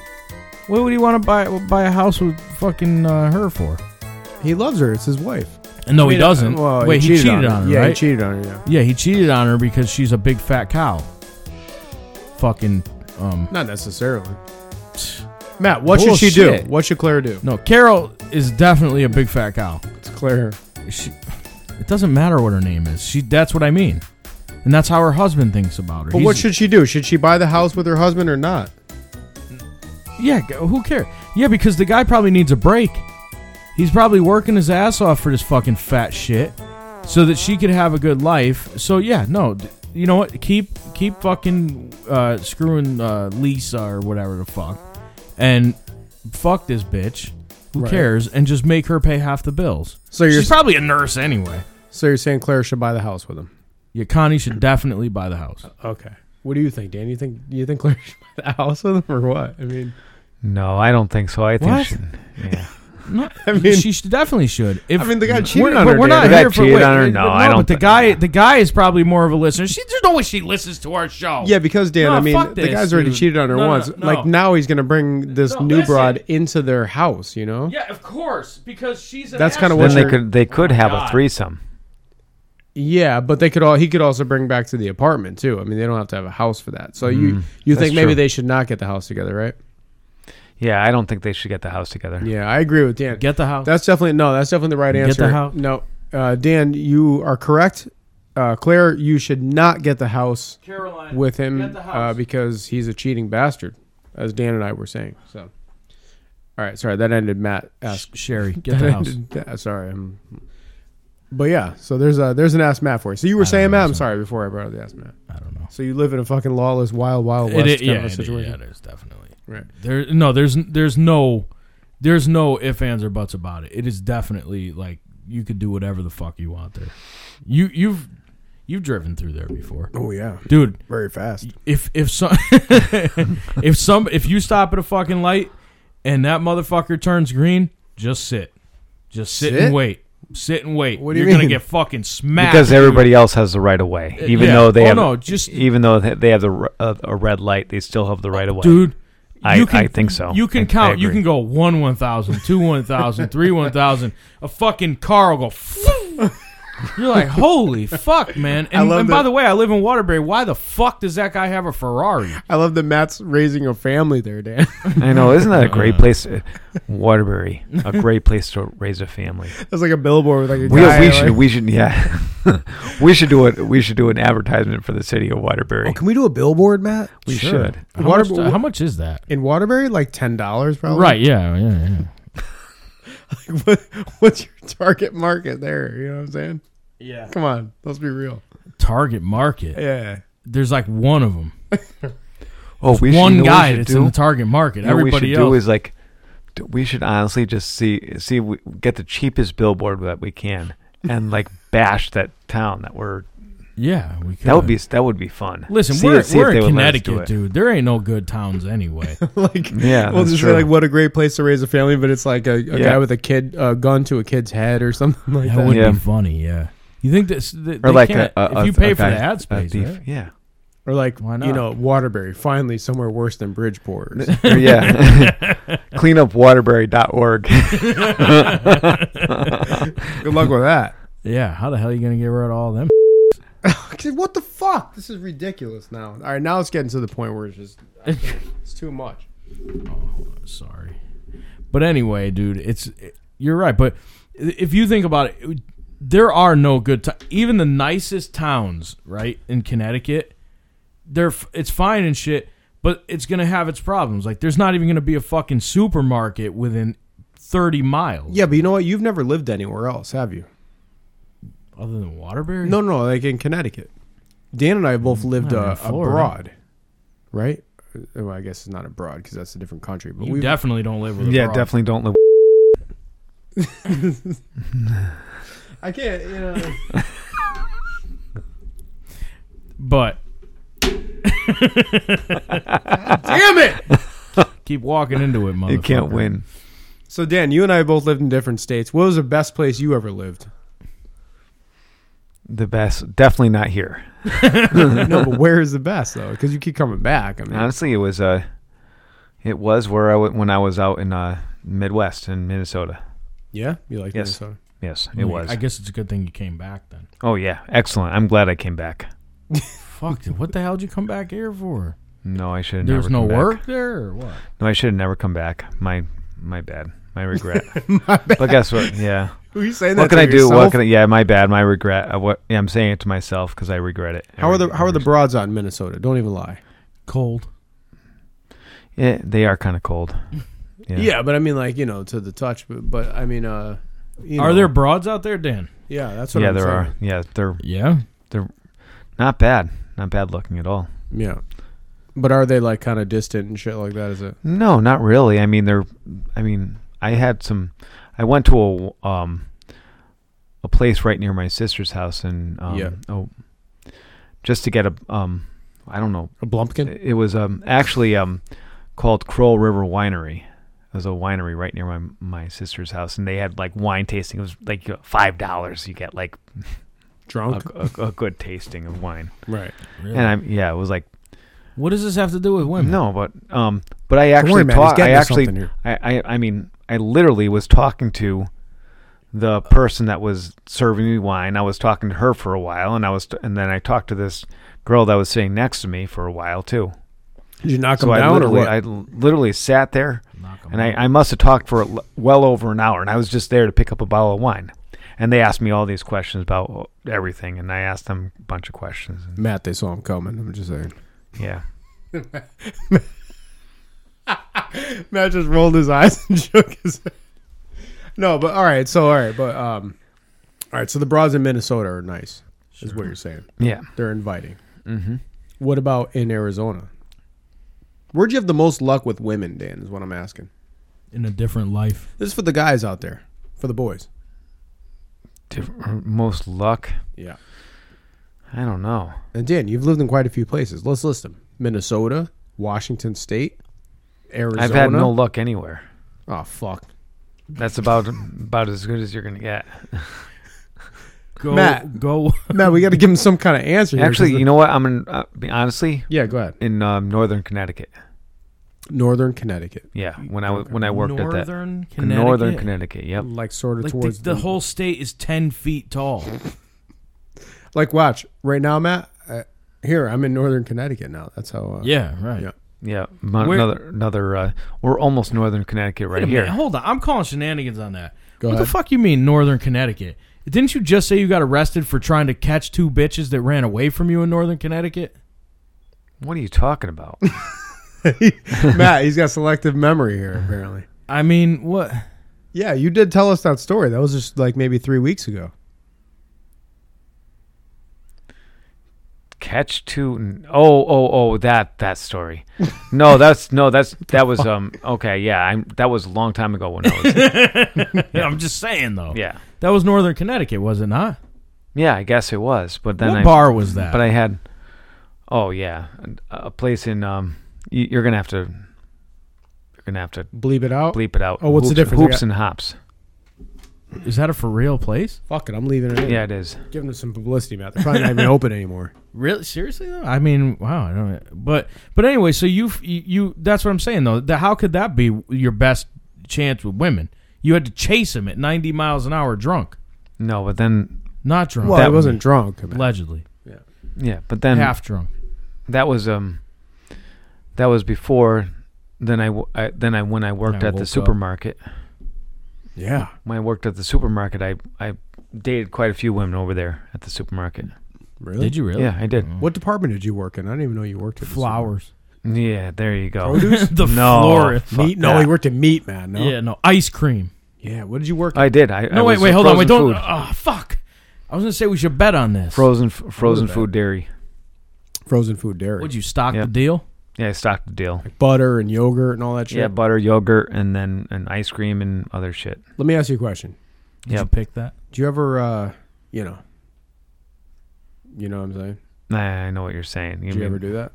[SPEAKER 3] What would he want to buy buy a house with fucking uh, her for?
[SPEAKER 1] He loves her. It's his wife. I
[SPEAKER 3] No, he
[SPEAKER 1] mean,
[SPEAKER 3] doesn't.
[SPEAKER 1] uh, well,
[SPEAKER 3] Wait, he cheated, on, her,
[SPEAKER 1] Yeah,
[SPEAKER 3] right?
[SPEAKER 1] he cheated on her. Yeah,
[SPEAKER 3] yeah, he cheated on her because she's a big fat cow. Fucking um
[SPEAKER 1] not necessarily. Matt, what should she do?
[SPEAKER 3] Bullshit.
[SPEAKER 1] What should Claire do?
[SPEAKER 3] no, Carol is definitely a big fat cow.
[SPEAKER 1] It's Claire.
[SPEAKER 3] She it doesn't matter what her name is. She that's what I mean. And that's how her husband thinks about her.
[SPEAKER 1] But
[SPEAKER 3] He's-
[SPEAKER 1] what should she do? Should she buy the house with her husband or not?
[SPEAKER 3] Yeah, g- who cares? Yeah, because the guy probably needs a break. He's probably working his ass off for this fucking fat shit so that she could have a good life. So yeah, no, d- you know what? Keep keep fucking uh, screwing uh, Lisa or whatever the fuck, and fuck this bitch. Who
[SPEAKER 1] Right.
[SPEAKER 3] cares? And just make her pay half the bills.
[SPEAKER 1] So you're
[SPEAKER 3] She's probably a nurse anyway.
[SPEAKER 1] so you're saying Claire should buy the house with him?
[SPEAKER 3] Yeah, Connie should definitely buy the house.
[SPEAKER 1] Okay. What do you think, Dan? You think you think Claire should buy the house with him or what? I mean,
[SPEAKER 2] No, I don't think so. I think
[SPEAKER 3] What?
[SPEAKER 2] she, yeah.
[SPEAKER 3] No,
[SPEAKER 1] I mean-
[SPEAKER 3] she should, definitely should. If,
[SPEAKER 1] I mean, the guy cheated
[SPEAKER 3] we're,
[SPEAKER 1] on
[SPEAKER 3] but
[SPEAKER 1] her,
[SPEAKER 3] We're
[SPEAKER 1] Dan.
[SPEAKER 3] not
[SPEAKER 1] The guy
[SPEAKER 3] here for
[SPEAKER 2] cheated
[SPEAKER 3] wait,
[SPEAKER 2] on her?
[SPEAKER 3] wait,
[SPEAKER 2] No,
[SPEAKER 3] but
[SPEAKER 2] I don't
[SPEAKER 3] But the
[SPEAKER 2] thi-
[SPEAKER 3] guy, the guy is probably more of a listener. She, there's no way she listens to our show.
[SPEAKER 1] yeah, because Dan,
[SPEAKER 3] No,
[SPEAKER 1] I mean,
[SPEAKER 3] fuck
[SPEAKER 1] the
[SPEAKER 3] this,
[SPEAKER 1] guy's already
[SPEAKER 3] dude.
[SPEAKER 1] cheated on her
[SPEAKER 3] No, no,
[SPEAKER 1] once.
[SPEAKER 3] no.
[SPEAKER 1] Like now, he's gonna bring this
[SPEAKER 3] No,
[SPEAKER 1] new
[SPEAKER 3] listen.
[SPEAKER 1] broad into their house. You know?
[SPEAKER 3] yeah, of course, because she's. An
[SPEAKER 1] That's kinda
[SPEAKER 3] asshole.
[SPEAKER 1] what
[SPEAKER 2] Then they
[SPEAKER 1] your-
[SPEAKER 2] could they could
[SPEAKER 3] my
[SPEAKER 2] have
[SPEAKER 3] Oh, God.
[SPEAKER 2] a threesome.
[SPEAKER 1] Yeah, but they could all he could also bring back to the apartment too. I mean, they don't have to have a house for that. So
[SPEAKER 3] Mm,
[SPEAKER 1] you you
[SPEAKER 2] that's
[SPEAKER 1] think maybe
[SPEAKER 2] true.
[SPEAKER 1] they should not get the house together, right?
[SPEAKER 2] Yeah, I don't think they should get the house together.
[SPEAKER 1] Yeah, I agree with Dan.
[SPEAKER 3] Get the house.
[SPEAKER 1] That's definitely no. That's definitely the right
[SPEAKER 3] Get
[SPEAKER 1] answer.
[SPEAKER 3] the house.
[SPEAKER 1] No, uh, Dan, you are correct. Uh, Claire, you should not get the house
[SPEAKER 3] Caroline
[SPEAKER 1] with him
[SPEAKER 3] Get the
[SPEAKER 1] uh,
[SPEAKER 3] house.
[SPEAKER 1] because he's a cheating bastard, as Dan and I were saying. So, all right, sorry that ended. Matt ask.
[SPEAKER 3] Sherry. Get the house.
[SPEAKER 1] uh, sorry, I'm- but yeah, so there's a there's an ask Matt for you. So you were
[SPEAKER 3] don't
[SPEAKER 1] saying
[SPEAKER 3] know,
[SPEAKER 1] Matt. I'm
[SPEAKER 3] so-
[SPEAKER 1] sorry before I brought up the ask Matt.
[SPEAKER 3] I don't know.
[SPEAKER 1] So you live in a fucking lawless, wild, wild west
[SPEAKER 3] It,
[SPEAKER 1] kind
[SPEAKER 3] it, yeah,
[SPEAKER 1] of a
[SPEAKER 3] it,
[SPEAKER 1] situation.
[SPEAKER 3] yeah, there's definitely.
[SPEAKER 1] Right.
[SPEAKER 3] There, no, there's there's no, there's no if ands or buts about it. It is definitely like you could do whatever the fuck you want there. You you've you've driven through there before,
[SPEAKER 1] Oh yeah,
[SPEAKER 3] dude.
[SPEAKER 1] very fast.
[SPEAKER 3] if if some if some if you stop at a fucking light and that motherfucker turns green, just sit, just sit,
[SPEAKER 1] Sit?
[SPEAKER 3] and wait, sit and wait.
[SPEAKER 1] What do you
[SPEAKER 3] are gonna
[SPEAKER 1] mean?
[SPEAKER 3] get fucking smacked
[SPEAKER 2] Because
[SPEAKER 3] dude.
[SPEAKER 2] everybody else has the right of way,
[SPEAKER 3] Uh,
[SPEAKER 2] even
[SPEAKER 3] yeah.
[SPEAKER 2] though they
[SPEAKER 3] Oh,
[SPEAKER 2] have e-
[SPEAKER 3] no, just-
[SPEAKER 2] even though they they have the r- a, a red light, they still have the right of way.
[SPEAKER 3] dude.
[SPEAKER 2] I-
[SPEAKER 3] you can,
[SPEAKER 2] I think so.
[SPEAKER 3] You can
[SPEAKER 2] I- I
[SPEAKER 3] count. you
[SPEAKER 2] agree.
[SPEAKER 3] can go one one thousand, two one thousand, three one thousand. A fucking car will go. You're like, holy fuck, man! And,
[SPEAKER 1] love
[SPEAKER 3] and by
[SPEAKER 1] that-
[SPEAKER 3] the way, I live in Waterbury. Why the fuck does that guy have a Ferrari?
[SPEAKER 1] I love that Matt's raising a family there, Dan.
[SPEAKER 2] I know, isn't that a great place? uh, Waterbury, a great place to raise a family.
[SPEAKER 1] That's like a billboard with like a
[SPEAKER 2] We,
[SPEAKER 1] guy.
[SPEAKER 2] we should
[SPEAKER 1] like-
[SPEAKER 2] we should yeah, we should do it. We should do an advertisement for the city of Waterbury.
[SPEAKER 1] Oh, can we do a billboard, Matt?
[SPEAKER 2] We
[SPEAKER 3] Sure.
[SPEAKER 2] should.
[SPEAKER 3] How,
[SPEAKER 1] Water- Oh.
[SPEAKER 3] much, how much is that?
[SPEAKER 1] In Waterbury, like ten dollars, probably.
[SPEAKER 3] Right? Yeah. Yeah. Yeah.
[SPEAKER 1] What, what's your target market there? You know what I'm saying?
[SPEAKER 3] Yeah.
[SPEAKER 1] Come on, let's be real.
[SPEAKER 3] Target market.
[SPEAKER 1] Yeah.
[SPEAKER 3] There's like one of them.
[SPEAKER 2] Oh, we
[SPEAKER 3] one
[SPEAKER 2] should, you know what
[SPEAKER 3] guy
[SPEAKER 2] we should
[SPEAKER 3] that's
[SPEAKER 2] do?
[SPEAKER 3] in the target market.
[SPEAKER 2] You know what
[SPEAKER 3] Everybody
[SPEAKER 2] we should
[SPEAKER 3] else.
[SPEAKER 2] do is like, d- we should honestly just see see we get the cheapest billboard that we can and like bash that town that we're
[SPEAKER 3] yeah, we could.
[SPEAKER 2] that would be that would be fun.
[SPEAKER 3] Listen,
[SPEAKER 2] See-
[SPEAKER 3] we're,
[SPEAKER 2] see if
[SPEAKER 3] we're
[SPEAKER 2] they
[SPEAKER 3] in
[SPEAKER 2] would let us do
[SPEAKER 3] Connecticut,
[SPEAKER 2] it.
[SPEAKER 3] dude. There ain't no good towns anyway.
[SPEAKER 1] like
[SPEAKER 2] Yeah,
[SPEAKER 1] we'll
[SPEAKER 2] that's
[SPEAKER 1] just
[SPEAKER 2] true.
[SPEAKER 1] be like, what a great place to raise a family, but it's like a, a
[SPEAKER 2] Yeah.
[SPEAKER 1] guy with a kid a gun to a kid's head or something like
[SPEAKER 3] that
[SPEAKER 1] that.
[SPEAKER 3] would
[SPEAKER 2] Yeah.
[SPEAKER 3] be funny. Yeah. You think this? They,
[SPEAKER 2] or
[SPEAKER 3] they
[SPEAKER 2] like
[SPEAKER 3] can't-
[SPEAKER 2] a, a,
[SPEAKER 3] if you
[SPEAKER 2] a-
[SPEAKER 3] pay
[SPEAKER 2] a
[SPEAKER 3] for
[SPEAKER 2] guy-
[SPEAKER 3] the ad
[SPEAKER 2] a
[SPEAKER 3] space,
[SPEAKER 2] thief.
[SPEAKER 3] right?
[SPEAKER 2] yeah,
[SPEAKER 1] or like
[SPEAKER 3] Why
[SPEAKER 1] you
[SPEAKER 3] not?
[SPEAKER 1] know Waterbury, finally somewhere worse than Bridgeport. or
[SPEAKER 2] Or yeah. Cleanupwaterbury.org.
[SPEAKER 1] Good luck with that.
[SPEAKER 3] yeah. How the hell are you gonna get rid of all them?
[SPEAKER 1] Okay, what the fuck? This is ridiculous now. All right, now it's getting to the point where it's just it's too much.
[SPEAKER 3] Sorry, but anyway, dude, it's you're right. But if you think about it, there are no good. To- even the nicest towns, right in Connecticut, they're f- it's fine and shit, but it's gonna have its problems. Like there's not even gonna be a fucking supermarket within thirty miles.
[SPEAKER 1] Yeah, but you know what? You've never lived anywhere else, have you?
[SPEAKER 3] Other than Waterbury.
[SPEAKER 1] No, no, like in Connecticut. Dan and I both
[SPEAKER 2] Mm,
[SPEAKER 1] lived
[SPEAKER 3] Not in
[SPEAKER 1] uh,
[SPEAKER 3] Florida.
[SPEAKER 1] abroad, right? Well, I guess it's not abroad because that's a different country. But
[SPEAKER 3] You
[SPEAKER 1] we
[SPEAKER 3] definitely don't live with. a
[SPEAKER 2] yeah,
[SPEAKER 3] broad.
[SPEAKER 2] definitely don't live.
[SPEAKER 1] I can't. You know,
[SPEAKER 3] But
[SPEAKER 1] damn it.
[SPEAKER 3] keep walking into it, motherfucker.
[SPEAKER 2] You can't win.
[SPEAKER 1] So Dan, you and I both lived in different states. What was the best place you ever lived?
[SPEAKER 2] The best, definitely not here.
[SPEAKER 1] no, but where is the best though? Because you keep coming back. I mean,
[SPEAKER 2] Honestly, it was uh, it was where I w- when I was out in uh Midwest in Minnesota.
[SPEAKER 1] yeah, you like
[SPEAKER 2] Yes.
[SPEAKER 1] Minnesota.
[SPEAKER 2] Yes,
[SPEAKER 3] I
[SPEAKER 2] it
[SPEAKER 3] mean,
[SPEAKER 2] was.
[SPEAKER 3] I guess it's a good thing you came back then.
[SPEAKER 2] oh yeah, excellent. I'm glad I came back.
[SPEAKER 3] Fuck, dude, what the hell did you come back here for?
[SPEAKER 2] No, I should. have
[SPEAKER 3] There was no
[SPEAKER 2] come back.
[SPEAKER 3] work there or what?
[SPEAKER 2] No, I should have never come back. My my bad. My regret. But guess what? Yeah.
[SPEAKER 1] Who are you saying
[SPEAKER 2] what can I do? What can I? Yeah, my bad. My regret. Uh, what? Yeah, I'm saying it to myself because I regret it.
[SPEAKER 1] how are the
[SPEAKER 2] Every-
[SPEAKER 1] How are the
[SPEAKER 2] every-
[SPEAKER 1] broads out in Minnesota? Don't even lie.
[SPEAKER 3] Cold.
[SPEAKER 2] Yeah, they are kind of cold.
[SPEAKER 1] Yeah. but I mean, like you know, to the touch. But, but I mean, uh, you
[SPEAKER 3] Are
[SPEAKER 1] know.
[SPEAKER 3] there broads out there, Dan?
[SPEAKER 1] Yeah, that's what.
[SPEAKER 2] Yeah,
[SPEAKER 1] I'm
[SPEAKER 2] there
[SPEAKER 1] saying.
[SPEAKER 2] are. Yeah, they're
[SPEAKER 3] Yeah.
[SPEAKER 2] not bad. Not bad looking at all.
[SPEAKER 1] Yeah, but are they like kind of distant and shit like that? Is it?
[SPEAKER 2] No, not really. I mean, they're. I mean, I had some. I went to a um, a place right near my sister's house, and um,
[SPEAKER 1] Yeah.
[SPEAKER 2] oh, just to get a um, I don't know.
[SPEAKER 1] A blumpkin?
[SPEAKER 2] It was um actually um called Kroll River Winery. It was a winery right near my my sister's house, and they had like wine tasting. It was like you know, five dollars. You get like a,
[SPEAKER 1] Drunk?
[SPEAKER 2] a, a good tasting of wine,
[SPEAKER 1] Right.
[SPEAKER 3] Really?
[SPEAKER 2] and I'm yeah, it was like
[SPEAKER 3] what does this have to do with women?
[SPEAKER 2] no, but um, but I
[SPEAKER 1] Don't worry,
[SPEAKER 2] actually
[SPEAKER 1] man, he's
[SPEAKER 2] taught. I
[SPEAKER 1] getting to
[SPEAKER 2] actually
[SPEAKER 1] something here.
[SPEAKER 2] I, I I mean, I literally was talking to the person that was serving me wine. I was talking to her for a while, and I was, and then I talked to this girl that was sitting next to me for a while too.
[SPEAKER 1] Did you knock
[SPEAKER 2] So
[SPEAKER 1] him
[SPEAKER 2] I
[SPEAKER 1] down or
[SPEAKER 2] literally,
[SPEAKER 1] what?
[SPEAKER 2] I l- literally sat there,
[SPEAKER 3] Knock 'em
[SPEAKER 2] and I, I must have talked for l- well over an hour, and I was just there to pick up a bottle of wine. And they asked me all these questions about uh, everything, and I asked them a bunch of questions. And
[SPEAKER 1] Matt, they saw him coming. I'm just saying.
[SPEAKER 2] yeah,
[SPEAKER 1] Matt just rolled his eyes and shook his head. No, but all right. So all right, but um, all right. So the broads in Minnesota are nice. Is what you're saying?
[SPEAKER 2] yeah.
[SPEAKER 1] They're inviting.
[SPEAKER 2] hmm
[SPEAKER 1] What about in Arizona? Where'd you have the most luck with women, Dan? Is what I'm asking.
[SPEAKER 3] in a different life.
[SPEAKER 1] This is for the guys out there, for the boys.
[SPEAKER 2] Different, uh, most luck.
[SPEAKER 1] Yeah.
[SPEAKER 2] I don't know.
[SPEAKER 1] And Dan, you've lived in quite a few places. Let's list them: Minnesota, Washington State, Arizona.
[SPEAKER 2] I've had no luck anywhere.
[SPEAKER 1] Oh fuck,
[SPEAKER 2] That's about about as good as you're gonna get.
[SPEAKER 3] Go,
[SPEAKER 1] Matt.
[SPEAKER 3] go.
[SPEAKER 1] Matt, we got to give him some kind of answer. Here
[SPEAKER 2] Actually,
[SPEAKER 1] 'cause
[SPEAKER 2] you know what? I'm in. Uh, be- honestly,
[SPEAKER 1] the- yeah, go ahead.
[SPEAKER 2] in um, northern Connecticut.
[SPEAKER 1] Northern Connecticut,
[SPEAKER 2] Yeah, when I w- when I worked
[SPEAKER 3] Northern
[SPEAKER 2] at that
[SPEAKER 3] Connecticut.
[SPEAKER 2] northern Connecticut. Yep.
[SPEAKER 1] like sort of
[SPEAKER 3] Like the,
[SPEAKER 1] towards
[SPEAKER 3] the whole state is ten feet tall.
[SPEAKER 1] Like, watch right now, Matt. Uh, here, I'm in Northern Connecticut now. That's how. Uh,
[SPEAKER 3] yeah, right.
[SPEAKER 1] Yeah.
[SPEAKER 2] Yeah. m-
[SPEAKER 3] Where-
[SPEAKER 2] another another. Uh, we're almost northern Connecticut
[SPEAKER 3] Wait
[SPEAKER 2] right
[SPEAKER 3] a minute,
[SPEAKER 2] here.
[SPEAKER 3] hold on. I'm calling shenanigans on that.
[SPEAKER 1] Go
[SPEAKER 3] what the
[SPEAKER 1] ahead.
[SPEAKER 3] fuck you mean northern Connecticut? Didn't you just say you got arrested for trying to catch two bitches that ran away from you in northern Connecticut?
[SPEAKER 2] What are you talking about?
[SPEAKER 1] Matt, he's got selective memory here apparently.
[SPEAKER 3] I mean, what?
[SPEAKER 1] Yeah, you did tell us that story. That was just like maybe three weeks ago.
[SPEAKER 2] Catch two n- oh oh oh that that story. No, that's no that's that was um okay yeah I'm that was a long time ago when I was
[SPEAKER 3] I'm just saying though.
[SPEAKER 2] yeah
[SPEAKER 3] That was northern Connecticut, was it not?
[SPEAKER 2] yeah I guess it was but then
[SPEAKER 3] what
[SPEAKER 2] I
[SPEAKER 3] bar was that?
[SPEAKER 2] but I had, oh yeah, a, a place in. Um, you, you're gonna have to, you're gonna have to
[SPEAKER 1] Bleep it out.
[SPEAKER 2] bleep it out.
[SPEAKER 1] Oh, what's the
[SPEAKER 2] hoops,
[SPEAKER 1] difference? I
[SPEAKER 2] Hoops
[SPEAKER 1] got-
[SPEAKER 2] and hops.
[SPEAKER 3] is that a for real place?
[SPEAKER 1] Fuck it, I'm leaving it. In.
[SPEAKER 2] Yeah, it is.
[SPEAKER 1] Giving them some publicity, Matt. They're probably not even open anymore.
[SPEAKER 3] Really, seriously though? I mean, wow. I don't. But but anyway, so you you that's what I'm saying though. That how could that be your best chance with women? You had to chase him at 90 miles an hour, drunk,
[SPEAKER 2] No, but then
[SPEAKER 3] not drunk,
[SPEAKER 1] Well,
[SPEAKER 2] That
[SPEAKER 1] I wasn't drunk. Matt.
[SPEAKER 3] allegedly,
[SPEAKER 2] yeah, but then
[SPEAKER 3] half drunk.
[SPEAKER 2] that was um, that was before. Then I, w- I- then I when I worked
[SPEAKER 3] I
[SPEAKER 2] at
[SPEAKER 3] woke
[SPEAKER 2] the
[SPEAKER 3] up.
[SPEAKER 2] supermarket.
[SPEAKER 1] Yeah.
[SPEAKER 2] When I worked at the supermarket, I I dated quite a few women over there at the supermarket.
[SPEAKER 1] Really?
[SPEAKER 3] Did you really?
[SPEAKER 2] Yeah, I did.
[SPEAKER 3] Oh.
[SPEAKER 1] What department did you work in? I didn't even know you worked at this
[SPEAKER 3] Flowers.
[SPEAKER 2] Yeah, there you go.
[SPEAKER 1] Produce?
[SPEAKER 3] the
[SPEAKER 2] No.
[SPEAKER 3] florist.
[SPEAKER 2] Fuck
[SPEAKER 1] Meat? No,
[SPEAKER 2] that.
[SPEAKER 1] he worked at Meat Man. No.
[SPEAKER 3] Yeah, no ice cream.
[SPEAKER 1] Yeah, What did you work?
[SPEAKER 2] I did. I
[SPEAKER 3] No,
[SPEAKER 2] I
[SPEAKER 3] wait,
[SPEAKER 2] was
[SPEAKER 3] wait, hold on, wait,
[SPEAKER 2] frozen
[SPEAKER 3] don't.
[SPEAKER 2] food.
[SPEAKER 3] Oh, fuck. I was gonna say we should bet on this.
[SPEAKER 2] frozen f- frozen
[SPEAKER 1] that.
[SPEAKER 2] food dairy.
[SPEAKER 1] Frozen food dairy.
[SPEAKER 3] Would you stock
[SPEAKER 2] Yeah.
[SPEAKER 3] the deal?
[SPEAKER 2] Yeah, I stocked the deal.
[SPEAKER 1] Like butter and yogurt and all that shit.
[SPEAKER 2] Yeah, butter, yogurt, and then and ice cream and other shit.
[SPEAKER 1] Let me ask you a question.
[SPEAKER 3] Did
[SPEAKER 2] Yeah.
[SPEAKER 3] you pick that?
[SPEAKER 1] Do you ever, uh, you know, you know what I'm saying?
[SPEAKER 2] Nah, I know what you're saying. You
[SPEAKER 1] Did
[SPEAKER 2] mean,
[SPEAKER 1] you ever do that?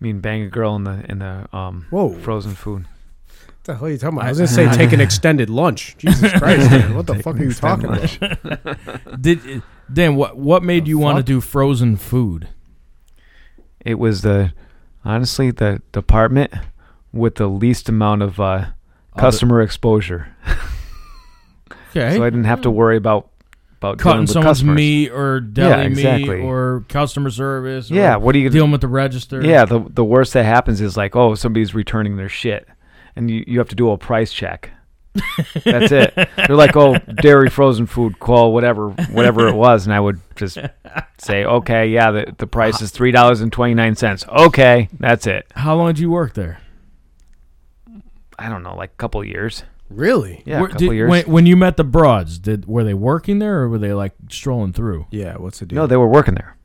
[SPEAKER 2] mean bang a girl in the in the um
[SPEAKER 1] Whoa.
[SPEAKER 2] frozen food?
[SPEAKER 1] What the hell are you talking about? I was going to say take an extended lunch. Jesus Christ, man. What the fuck are you talking about?
[SPEAKER 3] Did eh, Dan? What what made
[SPEAKER 1] The
[SPEAKER 3] you want to
[SPEAKER 1] fuck?
[SPEAKER 3] do frozen food?
[SPEAKER 2] It was the honestly the department with the least amount of uh, customer exposure,
[SPEAKER 3] Okay,
[SPEAKER 2] so I didn't have
[SPEAKER 1] Hmm.
[SPEAKER 2] to worry about about dealing
[SPEAKER 3] cutting
[SPEAKER 2] with
[SPEAKER 3] someone's
[SPEAKER 2] customers.
[SPEAKER 3] meat or deli
[SPEAKER 2] Yeah, exactly.
[SPEAKER 3] meat or customer service. Or
[SPEAKER 2] Yeah, what are you gonna
[SPEAKER 3] dealing with the register.
[SPEAKER 2] Yeah, the the worst that happens is like, oh, somebody's returning their shit, and you, you have to do a price check. That's it. They're like, oh, dairy frozen food, call whatever, whatever it was, and I would just say, okay, yeah, the the price is three dollars and twenty nine cents. Okay, that's it.
[SPEAKER 3] How long did you work there?
[SPEAKER 2] I don't know, like a couple years.
[SPEAKER 1] Really?
[SPEAKER 2] Yeah,
[SPEAKER 3] Where-
[SPEAKER 2] a couple
[SPEAKER 3] did-
[SPEAKER 2] years.
[SPEAKER 3] When, when you met the broads, did were they working there or were they like strolling through?
[SPEAKER 1] Yeah, what's the deal?
[SPEAKER 2] no, they were working there.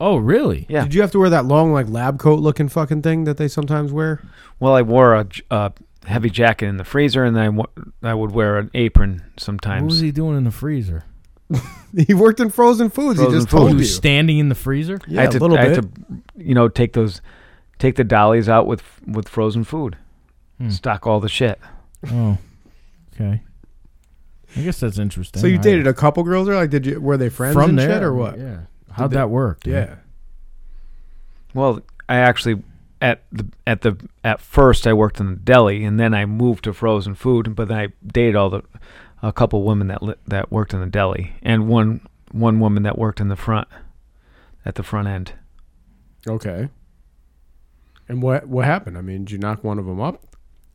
[SPEAKER 3] Oh, really?
[SPEAKER 2] Yeah.
[SPEAKER 1] Did you have to wear that long, like, lab coat looking fucking thing that they sometimes wear?
[SPEAKER 2] Well, I wore a, j- a heavy jacket in the freezer, and then I wo- I would wear an apron
[SPEAKER 3] What was
[SPEAKER 2] sometimes.
[SPEAKER 3] he doing in the freezer? Oh,
[SPEAKER 1] He worked in frozen foods.
[SPEAKER 2] Frozen
[SPEAKER 1] he just
[SPEAKER 2] food.
[SPEAKER 1] told
[SPEAKER 3] he
[SPEAKER 1] you.
[SPEAKER 3] was standing in the freezer.
[SPEAKER 1] yeah,
[SPEAKER 2] I had to,
[SPEAKER 1] a little
[SPEAKER 2] I
[SPEAKER 1] bit.
[SPEAKER 2] had to, you know, take those, take the dollies out with with frozen food,
[SPEAKER 3] Hmm.
[SPEAKER 2] stock all the shit.
[SPEAKER 3] Oh, okay. I guess that's interesting.
[SPEAKER 1] so you
[SPEAKER 3] I-
[SPEAKER 1] dated a couple girls there? Like, did you were they friends
[SPEAKER 3] from
[SPEAKER 1] and
[SPEAKER 3] there
[SPEAKER 1] shit or what?
[SPEAKER 3] Yeah. How'd
[SPEAKER 1] they-
[SPEAKER 3] that work? dude?
[SPEAKER 1] Yeah.
[SPEAKER 2] Well, I actually at the at the at first I worked in the deli, and then I moved to frozen food. But then I dated all the a couple women that li- that worked in the deli, and one one woman that worked in the front at the front end.
[SPEAKER 1] Okay. And what what happened? I mean, did you knock one of them up?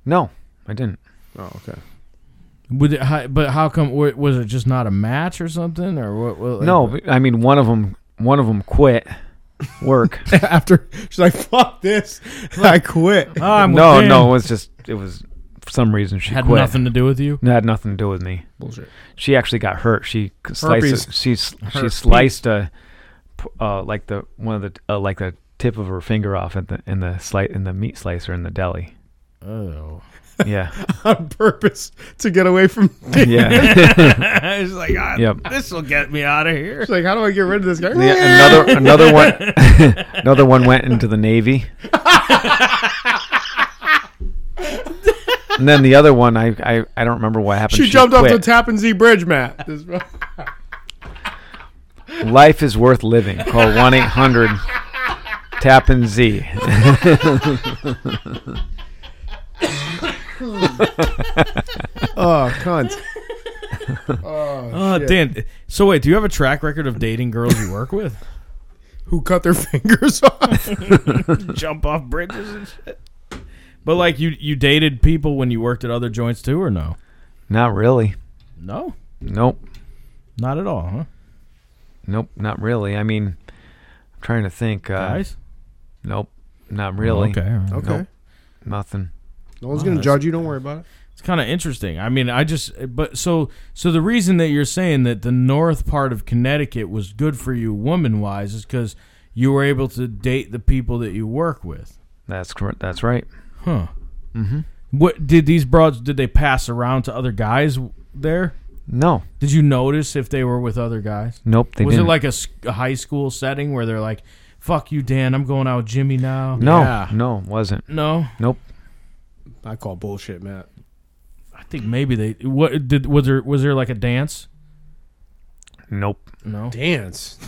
[SPEAKER 2] No, I didn't.
[SPEAKER 1] Oh, okay.
[SPEAKER 3] Would it, how, but how come? wa- Was it just not a match or something, or what? what like-
[SPEAKER 2] no, but- I mean one of them one of them quit work.
[SPEAKER 1] After she's like, "Fuck this, I quit."
[SPEAKER 3] Oh, I'm with
[SPEAKER 2] no,
[SPEAKER 3] Dan.
[SPEAKER 2] no, it was just it was for some reason she
[SPEAKER 3] had
[SPEAKER 2] quit.
[SPEAKER 3] nothing to do with you.
[SPEAKER 2] It had nothing to do with me.
[SPEAKER 1] Bullshit.
[SPEAKER 2] She actually got hurt. She c- sliced. A,
[SPEAKER 1] Herpes.
[SPEAKER 2] she s- she
[SPEAKER 3] Herpes.
[SPEAKER 2] sliced a, p- uh, like the one of the uh, like the tip of her finger off at the in the slice in the meat slicer in the deli.
[SPEAKER 3] Oh,
[SPEAKER 2] Yeah,
[SPEAKER 1] on purpose to get away from.
[SPEAKER 2] yeah,
[SPEAKER 3] I was like, ah,
[SPEAKER 2] yep.
[SPEAKER 3] this will get me out of here.
[SPEAKER 1] She's like, "How do I get rid of this guy?"
[SPEAKER 2] Yeah, another another one another one went into the navy. and then the other one, I, I, I don't remember what happened.
[SPEAKER 1] she, jumped off the
[SPEAKER 2] quit.
[SPEAKER 1] Tappan Zee Bridge, Matt. This-
[SPEAKER 2] Life is worth living. Call one eight hundred Tappan Z.
[SPEAKER 1] oh, cunt.
[SPEAKER 3] Oh, Dan. So wait, do you have a track record of dating girls you work with?
[SPEAKER 1] Who cut their fingers off?
[SPEAKER 3] Jump off bridges and shit. But like, you you dated people when you worked at other joints too, or no?
[SPEAKER 2] Not really.
[SPEAKER 3] No,
[SPEAKER 2] Nope.
[SPEAKER 3] not at all, huh?
[SPEAKER 2] Nope, not really. I mean, I'm trying to think. Uh,
[SPEAKER 3] Guys.
[SPEAKER 2] Nope, not really.
[SPEAKER 3] Okay. all right.
[SPEAKER 1] Okay.
[SPEAKER 2] Nope. Nothing.
[SPEAKER 1] No one's gonna judge you. Don't worry about it.
[SPEAKER 3] It's kind of interesting. I mean, I just but so so the reason that you're saying that the north part of Connecticut was good for you woman wise is because you were able to date the people that you work with,
[SPEAKER 2] That's cor- that's right.
[SPEAKER 3] huh? Mm-hmm. What did these broads? Did they pass around to other guys there?
[SPEAKER 2] No,
[SPEAKER 3] Did you notice if they were with other guys?
[SPEAKER 2] nope. They
[SPEAKER 3] was
[SPEAKER 2] didn't.
[SPEAKER 3] it like a, s- a high school setting where they're like, "Fuck you, Dan. I'm going out with Jimmy now."
[SPEAKER 2] No,
[SPEAKER 1] Yeah.
[SPEAKER 2] no, wasn't.
[SPEAKER 3] No,
[SPEAKER 2] Nope.
[SPEAKER 1] I call bullshit, Matt.
[SPEAKER 3] I think maybe they. What did was there? Was there like a dance?
[SPEAKER 2] Nope.
[SPEAKER 3] No,
[SPEAKER 1] Dance.
[SPEAKER 3] I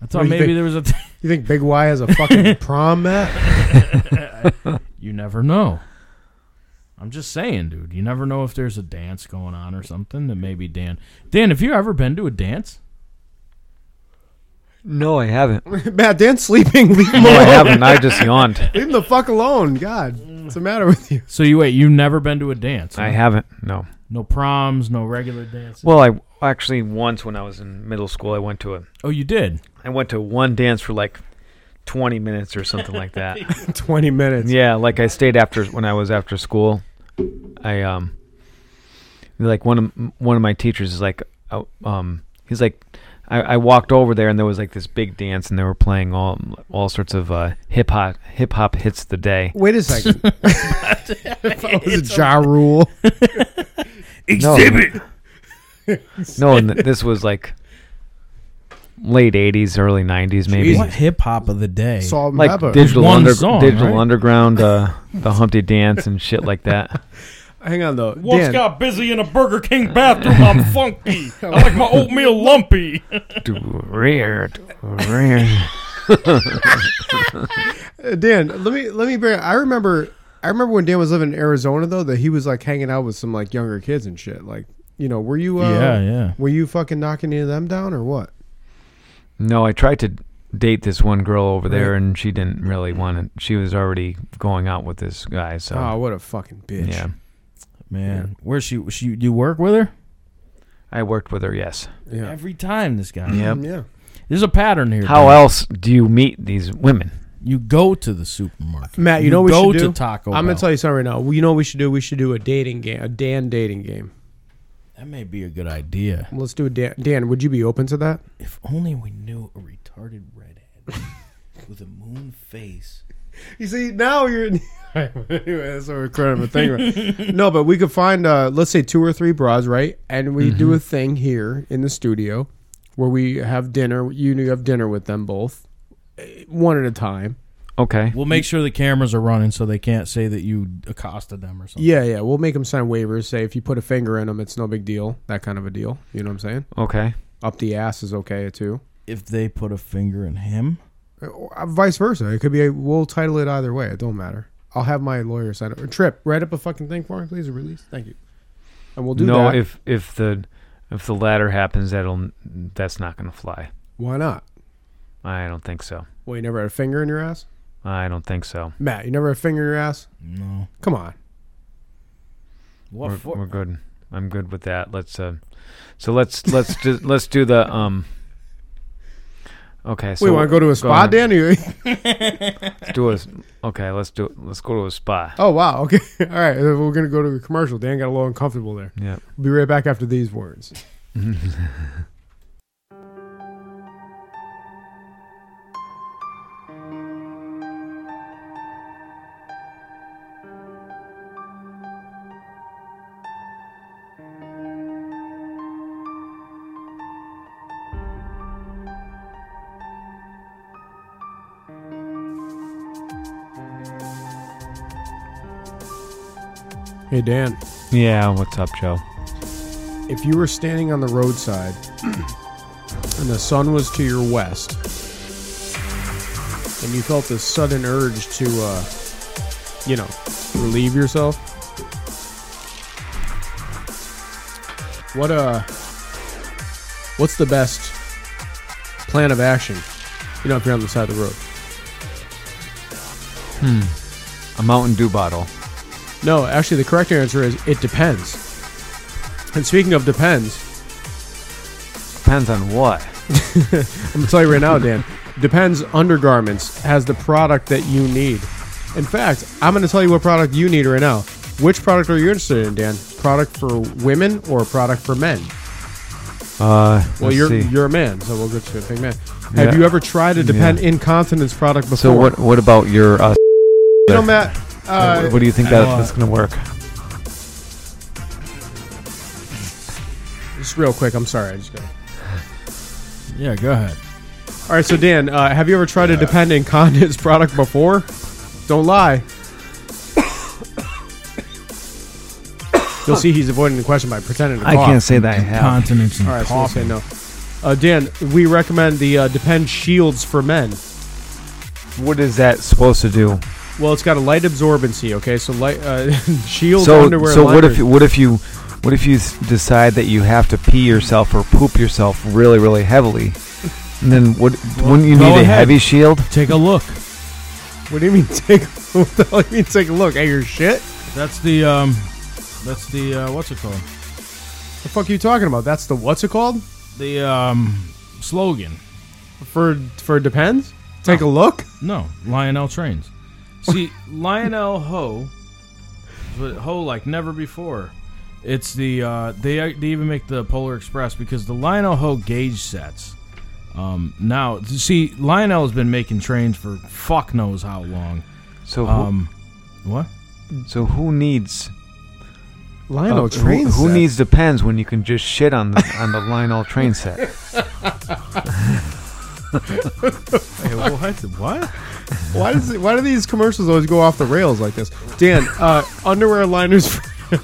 [SPEAKER 1] What
[SPEAKER 3] thought
[SPEAKER 1] do you
[SPEAKER 3] maybe
[SPEAKER 1] think?
[SPEAKER 3] there was a.
[SPEAKER 1] You think Big Y has a fucking prom, Matt?
[SPEAKER 3] You never know. I'm just saying, dude. You never know if there's a dance going on or something that maybe Dan. Dan, have you ever been to a dance?
[SPEAKER 2] No, I haven't. no,
[SPEAKER 1] Matt, Dan's sleeping. Leave him,
[SPEAKER 2] I
[SPEAKER 1] alone.
[SPEAKER 2] haven't. I just yawned.
[SPEAKER 1] Leave him the fuck alone. God, what's the matter with you?
[SPEAKER 3] So you wait, you've never been to a dance?
[SPEAKER 2] I haven't. No.
[SPEAKER 3] No proms, no regular dances.
[SPEAKER 2] Well, I actually once when I was in middle school, I went to a
[SPEAKER 3] oh, you did.
[SPEAKER 2] I went to one dance for like 20 minutes or something like that.
[SPEAKER 1] 20 minutes.
[SPEAKER 2] yeah, like I stayed after when I was after school. I um like one of one of my teachers is like uh, um he's like I, I walked over there and there was like this big dance and they were playing all all sorts of uh, hip hop hip hop hits the day.
[SPEAKER 1] Wait a second. if I was a Ja Rule.
[SPEAKER 2] Exhibit. No, and th- this was like late 80s, early 90s maybe.
[SPEAKER 5] What hip hop of the day?
[SPEAKER 1] Saul
[SPEAKER 2] like
[SPEAKER 1] Mabba.
[SPEAKER 2] digital
[SPEAKER 3] one
[SPEAKER 2] under,
[SPEAKER 3] song,
[SPEAKER 2] digital
[SPEAKER 3] right?
[SPEAKER 2] underground, uh, the Humpty Dance and shit like that.
[SPEAKER 1] Hang on though.
[SPEAKER 3] Once
[SPEAKER 1] Dan,
[SPEAKER 3] got busy in a Burger King bathroom. I'm funky. I like my oatmeal lumpy.
[SPEAKER 2] Rare, rare.
[SPEAKER 1] uh, Dan, let me let me bring I remember I remember when Dan was living in Arizona though that he was like hanging out with some like younger kids and shit. Like, you know, were you uh,
[SPEAKER 3] Yeah, yeah.
[SPEAKER 1] were you fucking knocking any of them down or what?
[SPEAKER 2] No, I tried to date this one girl over there, and she didn't really want it. She was already going out with this guy, so
[SPEAKER 1] Mm. Oh, what a fucking bitch.
[SPEAKER 2] yeah.
[SPEAKER 5] Man,
[SPEAKER 3] Where she? She? You work with her
[SPEAKER 2] I worked with her. Yes.
[SPEAKER 1] Yeah.
[SPEAKER 5] every time this guy.
[SPEAKER 2] Yep.
[SPEAKER 1] Yeah.
[SPEAKER 3] There's a pattern here.
[SPEAKER 2] How
[SPEAKER 3] Dan.
[SPEAKER 2] else do you meet these women?
[SPEAKER 5] You go to the supermarket.
[SPEAKER 1] Matt, you know what we
[SPEAKER 5] go
[SPEAKER 1] should
[SPEAKER 5] to
[SPEAKER 1] do?
[SPEAKER 5] Taco.
[SPEAKER 1] I'm gonna
[SPEAKER 5] Bell.
[SPEAKER 1] tell you something right now. You know what we should do? We should do a dating game, a Dan dating game.
[SPEAKER 5] that may be a good idea.
[SPEAKER 1] Let's do a Dan. Dan, would you be open to that?
[SPEAKER 5] If only we knew a retarded redhead with a moon face.
[SPEAKER 1] You see, now you're. anyway, that's what we're creating a thing. Right? no, but we could find, uh, let's say, two or three bras, right? And we
[SPEAKER 5] Mm-hmm.
[SPEAKER 1] do a thing here in the studio where we have dinner. You have dinner with them both, eh, one at a time.
[SPEAKER 2] Okay.
[SPEAKER 3] We'll make sure the cameras are running so they can't say that you accosted them or something.
[SPEAKER 1] Yeah, yeah. We'll make them sign waivers. Say if you put a finger in them, it's no big deal. That kind of a deal. You know what I'm saying?
[SPEAKER 2] Okay.
[SPEAKER 1] Up the ass is okay too.
[SPEAKER 5] If they put a finger in him,
[SPEAKER 1] Or, uh, vice versa. It could be. A, we'll title it either way. It don't matter. I'll have my lawyer sign it. Or Trip, write up a fucking thing for me, please. A release. Thank you. And we'll do
[SPEAKER 2] no,
[SPEAKER 1] that.
[SPEAKER 2] if if the if the latter happens, that'll that's not gonna fly.
[SPEAKER 1] Why not?
[SPEAKER 2] I don't think so.
[SPEAKER 1] Well, you never had a finger in your ass,
[SPEAKER 2] I don't think so.
[SPEAKER 1] Matt. You never had a finger in your ass.
[SPEAKER 5] no.
[SPEAKER 1] Come on.
[SPEAKER 3] What
[SPEAKER 2] we're,
[SPEAKER 3] for?
[SPEAKER 2] we're good. I'm good with that. Let's uh, so let's let's do, let's do the um. Okay, so
[SPEAKER 1] Wait, want to go to a spa,
[SPEAKER 2] ahead.
[SPEAKER 1] Dan? Or you-
[SPEAKER 2] Let's do a s- okay. Let's do let's go to a spa.
[SPEAKER 1] oh wow. Okay. All right. We're gonna go to a commercial. Dan got a little uncomfortable there.
[SPEAKER 2] Yeah.
[SPEAKER 1] We'll be right back after these words. Hey Dan.
[SPEAKER 2] Yeah. What's up, Joe?
[SPEAKER 1] if you were standing on the roadside and the sun was to your west and you felt this sudden urge to uh, you know relieve yourself what uh what's the best plan of action you know if you're on the side of the road
[SPEAKER 2] A Mountain Dew bottle.
[SPEAKER 1] No, actually, the correct answer is it depends. And speaking of depends,
[SPEAKER 2] Depends on what.
[SPEAKER 1] I'm gonna tell you right now, Dan. Depends Undergarments has the product that you need. In fact, I'm gonna tell you what product you need right now. Which product are you interested in, Dan? Product for women or product for men?
[SPEAKER 2] Uh,
[SPEAKER 1] Well,
[SPEAKER 2] let's
[SPEAKER 1] you're
[SPEAKER 2] see.
[SPEAKER 1] you're a man, so we'll go to a big man.
[SPEAKER 2] Yeah.
[SPEAKER 1] Have you ever tried a Depend incontinence product before?
[SPEAKER 2] so what? What about your? Uh,
[SPEAKER 1] You know, Matt. Uh,
[SPEAKER 2] what do you think that, that's gonna work?
[SPEAKER 1] just real quick, I'm sorry, I just got.
[SPEAKER 3] Yeah, go ahead.
[SPEAKER 1] All right, so Dan, uh, have you ever tried a Depend incontinence product before? Don't lie. You'll see he's avoiding the question by pretending to
[SPEAKER 2] I
[SPEAKER 1] cough.
[SPEAKER 2] can't say that I have.
[SPEAKER 3] Continents and
[SPEAKER 1] All right, so we'll
[SPEAKER 3] coffee.
[SPEAKER 1] say no. Uh, Dan, we recommend the uh, Depend Shields for men.
[SPEAKER 2] What is that supposed to do?
[SPEAKER 1] Well, it's got a light absorbency. Okay, so light uh, shields
[SPEAKER 2] So
[SPEAKER 1] underwear.
[SPEAKER 2] so what if
[SPEAKER 1] liners.
[SPEAKER 2] you- what if you what if you s- decide that you have to pee yourself or poop yourself really really heavily? And then what? wouldn't you
[SPEAKER 3] go
[SPEAKER 2] need a
[SPEAKER 3] ahead.
[SPEAKER 2] heavy shield?
[SPEAKER 3] Take a look.
[SPEAKER 1] What do you mean take? What the hell do you mean take a look at your shit?
[SPEAKER 3] That's the um, that's the uh, what's it called?
[SPEAKER 1] The fuck are you talking about? That's the what's it called?
[SPEAKER 3] The um, slogan.
[SPEAKER 1] For for depends? Take a look?
[SPEAKER 3] No, Lionel trains. See, Lionel Ho, but Ho like never before. It's the uh, they they even make the Polar Express because the Lionel Ho gauge sets. Um, now see, Lionel has been making trains for fuck knows how long.
[SPEAKER 2] So who,
[SPEAKER 3] Um, what?
[SPEAKER 2] so who needs
[SPEAKER 1] Lionel
[SPEAKER 2] uh, who-
[SPEAKER 1] trains.
[SPEAKER 2] Who,
[SPEAKER 1] that.
[SPEAKER 2] needs depends when you can just shit on the on the Lionel train set?
[SPEAKER 3] what? What?
[SPEAKER 1] Why does it, why do these commercials always go off the rails like this? Dan, uh, underwear liners for,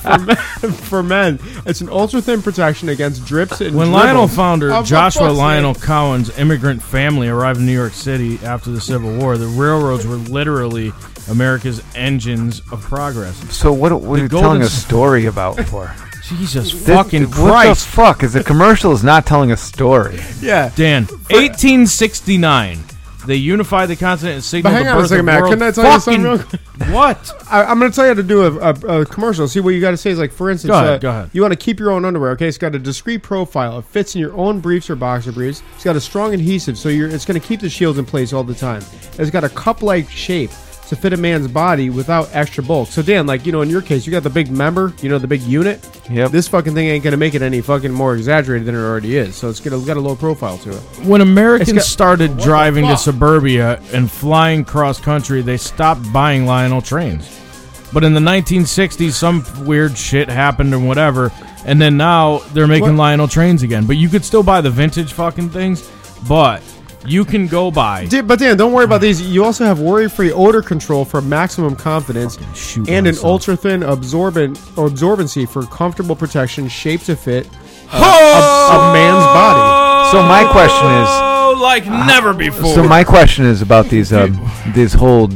[SPEAKER 1] for, men, for men. It's an ultra thin protection against drips and
[SPEAKER 3] When
[SPEAKER 1] dribbles.
[SPEAKER 3] Lionel founder
[SPEAKER 1] Oh, for
[SPEAKER 3] Joshua
[SPEAKER 1] fuck's sake.
[SPEAKER 3] Lionel Cowan's immigrant family arrived in New York City after the Civil War, the railroads were literally America's engines of progress.
[SPEAKER 2] So what? What are you
[SPEAKER 3] golden
[SPEAKER 2] telling a
[SPEAKER 3] s-
[SPEAKER 2] story about for?
[SPEAKER 3] Jesus
[SPEAKER 2] This-
[SPEAKER 3] fucking
[SPEAKER 2] What the
[SPEAKER 3] Christ,
[SPEAKER 2] fuck is the commercial is not telling a story?
[SPEAKER 1] yeah.
[SPEAKER 3] Dan! 1869, they unified the continent and
[SPEAKER 1] But
[SPEAKER 3] signaled
[SPEAKER 1] hang
[SPEAKER 3] the
[SPEAKER 1] on
[SPEAKER 3] birth
[SPEAKER 1] a second, Matt.
[SPEAKER 3] of world.
[SPEAKER 1] Couldn't I tell you
[SPEAKER 3] fucking
[SPEAKER 1] something? Real quick?
[SPEAKER 3] what?
[SPEAKER 1] I, I'm going to tell you how to do a, a, a commercial. See what you got to say is like, for instance,
[SPEAKER 3] Go ahead,
[SPEAKER 1] uh,
[SPEAKER 3] go ahead.
[SPEAKER 1] you want to keep your own underwear. Okay, it's got a discreet profile. It fits in your own briefs or boxer briefs. It's got a strong adhesive, so you're it's going to keep the shields in place all the time. It's got a cup-like shape to fit a man's body without extra bulk. So Dan, like you know, in your case, you got the big member, you know, the big unit.
[SPEAKER 2] Yep.
[SPEAKER 1] This fucking thing ain't going to make it any fucking more exaggerated than it already is. So it's gonna, got a low profile to it.
[SPEAKER 3] When Americans
[SPEAKER 1] It's got-
[SPEAKER 3] started
[SPEAKER 1] the
[SPEAKER 3] driving to
[SPEAKER 1] fuck?
[SPEAKER 3] suburbia and flying cross country, they stopped buying Lionel trains. But in the 1960s, some weird shit happened and whatever, and then now they're making
[SPEAKER 1] What?
[SPEAKER 3] Lionel trains again. But you could still buy the vintage fucking things, but you can go buy.
[SPEAKER 1] Dan- But Dan, don't worry about these. You also have worry-free odor control for maximum confidence,
[SPEAKER 3] shoot
[SPEAKER 1] and an
[SPEAKER 3] myself.
[SPEAKER 1] ultra-thin absorbent or absorbency for comfortable protection, shaped to fit uh, a, a man's body.
[SPEAKER 2] So my question is.
[SPEAKER 3] Oh, like
[SPEAKER 1] Ah,
[SPEAKER 3] never before.
[SPEAKER 2] So my question is about these um, these whole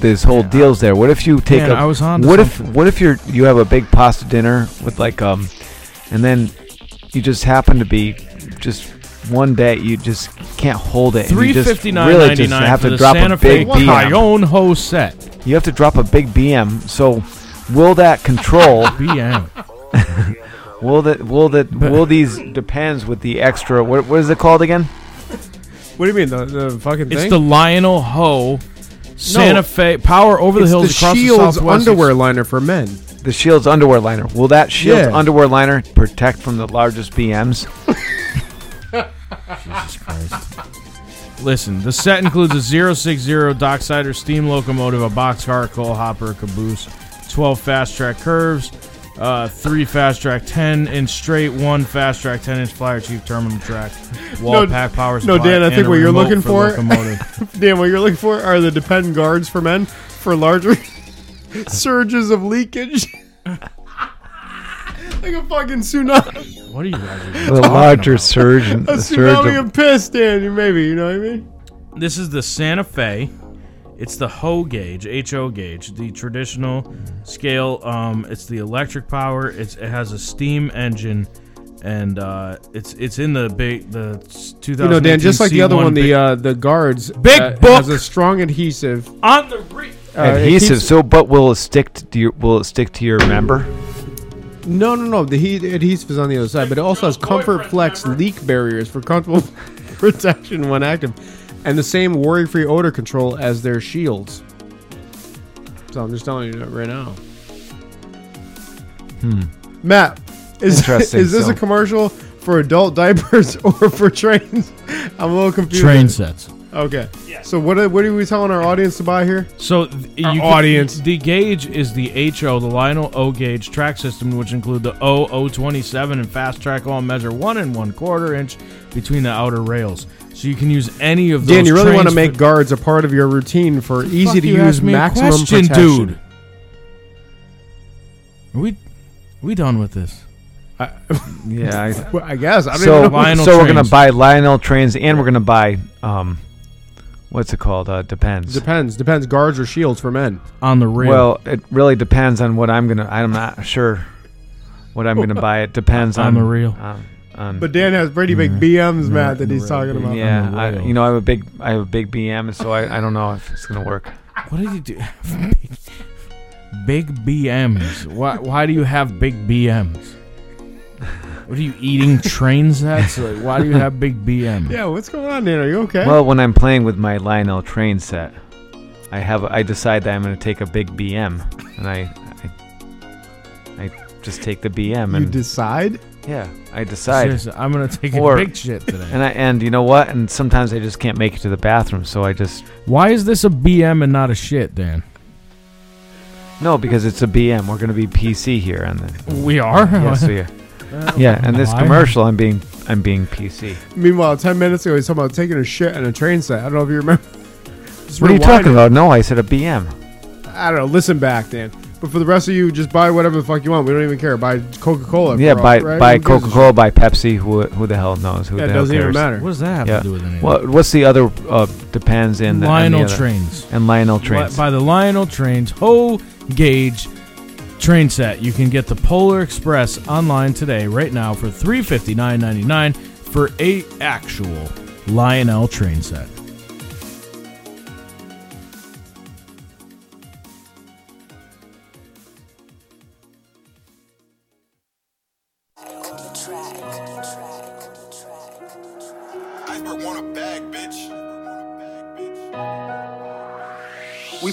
[SPEAKER 2] these whole deals there. What if you take
[SPEAKER 3] Man,
[SPEAKER 2] a
[SPEAKER 3] I was onto
[SPEAKER 2] what if
[SPEAKER 3] something.
[SPEAKER 2] what if you're you have a big pasta dinner with like um and then you just happen to be just one day you just can't hold it. and
[SPEAKER 3] Three
[SPEAKER 2] you just
[SPEAKER 3] fifty nine
[SPEAKER 2] really
[SPEAKER 3] ninety
[SPEAKER 2] just
[SPEAKER 3] nine
[SPEAKER 2] have
[SPEAKER 3] for
[SPEAKER 2] to
[SPEAKER 3] the
[SPEAKER 2] drop
[SPEAKER 3] Santa
[SPEAKER 2] a big
[SPEAKER 3] Fe
[SPEAKER 2] BM.
[SPEAKER 3] Cayon Ho set.
[SPEAKER 2] You have to drop a big BM. So will that control
[SPEAKER 3] BM.
[SPEAKER 2] will that will that will these depends with the extra what, what is it called again?
[SPEAKER 1] What do you mean the, the fucking
[SPEAKER 3] It's
[SPEAKER 1] thing?
[SPEAKER 3] the Lionel Ho Santa
[SPEAKER 1] No.
[SPEAKER 3] Fe power over the
[SPEAKER 1] It's
[SPEAKER 3] hills across the
[SPEAKER 1] Shields
[SPEAKER 3] southwest.
[SPEAKER 1] underwear liner for men.
[SPEAKER 2] The Shields underwear liner. Will that Shields
[SPEAKER 1] Yeah.
[SPEAKER 2] underwear liner protect from the largest BMs?
[SPEAKER 3] Jesus Christ. Listen, the set includes a 060 Docksider steam locomotive, a boxcar, a coal hopper, a caboose, 12 fast track curves, uh, 3 fast track 10 inch straight, 1 fast track 10 inch flyer chief terminal track, wall
[SPEAKER 1] No,
[SPEAKER 3] pack power
[SPEAKER 1] no,
[SPEAKER 3] supply,
[SPEAKER 1] Dan, I
[SPEAKER 3] and
[SPEAKER 1] think
[SPEAKER 3] a
[SPEAKER 1] what you're
[SPEAKER 3] remote
[SPEAKER 1] looking for-
[SPEAKER 3] locomotive.
[SPEAKER 1] Dan, what you're looking for are the depend guards for men for larger surges of leakage, like a fucking tsunami,
[SPEAKER 3] what are you guys doing?
[SPEAKER 2] the larger surge and
[SPEAKER 1] a
[SPEAKER 2] the surge
[SPEAKER 1] tsunami
[SPEAKER 2] of,
[SPEAKER 1] of piss, Dan. Maybe you know what I mean.
[SPEAKER 3] This is the Santa Fe. It's the Ho gauge, H O gauge, the traditional scale. Um, it's the electric power. It's, it has a steam engine, and uh, it's it's in the big the 2000.
[SPEAKER 1] You know, Dan, just like the other one, the uh, the guards
[SPEAKER 3] Big
[SPEAKER 1] uh,
[SPEAKER 3] book.
[SPEAKER 1] has a strong adhesive.
[SPEAKER 3] on the re-
[SPEAKER 1] Uh, it
[SPEAKER 2] adhesive.
[SPEAKER 1] keeps-
[SPEAKER 2] So, but will it stick to your, will it stick to your member?
[SPEAKER 1] no, no, no. The heat adhesive is on the other side, but it also has comfort flex leak barriers for comfortable protection when active, and the same worry-free odor control as their shields. So I'm just telling you that right now. Matt, is
[SPEAKER 2] Interesting,
[SPEAKER 1] is this
[SPEAKER 2] so-
[SPEAKER 1] a commercial for adult diapers or for trains? I'm a little confused.
[SPEAKER 3] train sets.
[SPEAKER 1] Okay. So what are, what are we telling our audience to buy here?
[SPEAKER 3] So th- you
[SPEAKER 1] Our
[SPEAKER 3] could-
[SPEAKER 1] audience.
[SPEAKER 3] the gauge is the HO, the Lionel O gauge track system, which include the O O twenty seven and fast track all measure one and one quarter inch between the outer rails. So you can use any of those.
[SPEAKER 1] Dan, you really want to
[SPEAKER 3] trains
[SPEAKER 1] make
[SPEAKER 3] for-
[SPEAKER 1] guards a part of your routine for easy
[SPEAKER 3] Fuck,
[SPEAKER 1] to
[SPEAKER 3] you
[SPEAKER 1] use
[SPEAKER 3] asked me a
[SPEAKER 1] maximum
[SPEAKER 3] question,
[SPEAKER 1] protection.
[SPEAKER 3] dude. Are we, are we done with this?
[SPEAKER 2] Yeah. I,
[SPEAKER 1] Well, I guess. I don't
[SPEAKER 2] so,
[SPEAKER 1] even know.
[SPEAKER 3] Lionel
[SPEAKER 2] so we're gonna
[SPEAKER 3] trains.
[SPEAKER 2] buy Lionel trains, and we're gonna buy um, what's it called? Uh, depends.
[SPEAKER 1] Depends. Depends. Guards or shields for men.
[SPEAKER 3] On the rail.
[SPEAKER 2] Well, it really depends on what I'm gonna. I'm not sure what I'm gonna buy. It depends
[SPEAKER 3] On
[SPEAKER 2] on,
[SPEAKER 3] the real.
[SPEAKER 2] On, on,
[SPEAKER 1] But Dan has pretty big BMs, Matt, that he's
[SPEAKER 3] right.
[SPEAKER 1] talking about.
[SPEAKER 2] yeah,
[SPEAKER 3] on the
[SPEAKER 2] I,
[SPEAKER 3] rail.
[SPEAKER 2] you know, I have a big, I have a big BM, so I, I don't know if it's gonna work.
[SPEAKER 3] what did you do? Big BMs. Why, why do you have big BMs? What are you eating trains at? So like, why do you have big BMs?
[SPEAKER 1] Yeah, what's going on, Dan? Are you okay?
[SPEAKER 2] Well, when I'm playing with my Lionel Train set, I have I decide that I'm going to take a big BM, and I I, I just take the BM,
[SPEAKER 1] you
[SPEAKER 2] and
[SPEAKER 1] decide.
[SPEAKER 2] yeah, I decide.
[SPEAKER 3] Seriously, I'm gonna take
[SPEAKER 2] Or-
[SPEAKER 3] a big shit today.
[SPEAKER 2] And I and you know what? And sometimes I just can't make it to the bathroom, so I just
[SPEAKER 3] Why is this a BM and not a shit, Dan?
[SPEAKER 2] no because it's a BM. We're going to be PC here, and then
[SPEAKER 3] We are.
[SPEAKER 2] yeah, so yeah, yeah. And this
[SPEAKER 3] Why?
[SPEAKER 2] commercial, I'm being I'm being PC.
[SPEAKER 1] Meanwhile, ten minutes ago, he's talking about taking a shit on a train set. I don't know if you remember. Just
[SPEAKER 2] What are you
[SPEAKER 1] rewind
[SPEAKER 2] talking
[SPEAKER 1] it.
[SPEAKER 2] about? No, I said a BM.
[SPEAKER 1] I don't know. Listen back, Dan. But for the rest of you, just buy whatever the fuck you want. We don't even care. Buy Coca Cola.
[SPEAKER 2] Yeah, by by Coca Cola, by Pepsi. Who who the hell knows? Who
[SPEAKER 1] That
[SPEAKER 2] the hell
[SPEAKER 1] doesn't even
[SPEAKER 2] cares?
[SPEAKER 1] matter.
[SPEAKER 3] What does that have
[SPEAKER 2] Yeah.
[SPEAKER 3] to do with anything?
[SPEAKER 2] What what's the other uh, depends in the, and the
[SPEAKER 3] Lionel
[SPEAKER 2] other-
[SPEAKER 3] trains.
[SPEAKER 2] and Lionel
[SPEAKER 3] Li-
[SPEAKER 2] trains.
[SPEAKER 3] By the Lionel trains, whole gauge train set. You can get the Polar Express online today, right now, for three fifty nine ninety nine for a actual Lionel train set.
[SPEAKER 6] Iceberg want a bag, bitch. We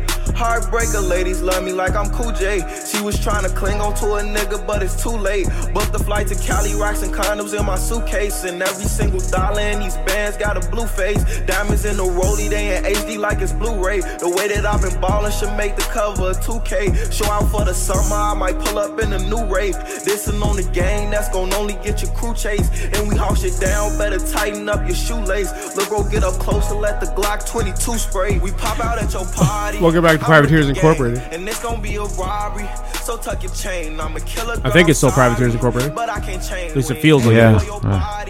[SPEAKER 6] Heartbreaker ladies love me like I'm Cool J. She was trying to cling on to a nigga, but it's too late. Booked the flight to Cali, rocks and condoms in my suitcase. And every single dollar in these bands got a blue face. Diamonds in the rollie, they in HD like it's Blu ray. The way that I've been ballin' should make the cover of 2K. Show out for the summer, I might pull up in a new rave. This and on the game, that's gon' only get your crew chased. And we haul shit down, better tighten up your shoelace. Look, bro, get up close and let the Glock 22 spray. We pop out at your party.
[SPEAKER 1] Welcome back to
[SPEAKER 6] I'm
[SPEAKER 1] Privateers
[SPEAKER 6] with the gang,
[SPEAKER 1] Incorporated.
[SPEAKER 6] And it's gonna be a robbery, so tuck your chain. I'm a killer.
[SPEAKER 1] I think it's still
[SPEAKER 6] girl, I'm
[SPEAKER 1] Privateers
[SPEAKER 6] sorry,
[SPEAKER 1] Incorporated.
[SPEAKER 6] But I can't change.
[SPEAKER 1] least it feels like
[SPEAKER 2] Yeah.
[SPEAKER 6] yeah.
[SPEAKER 2] it.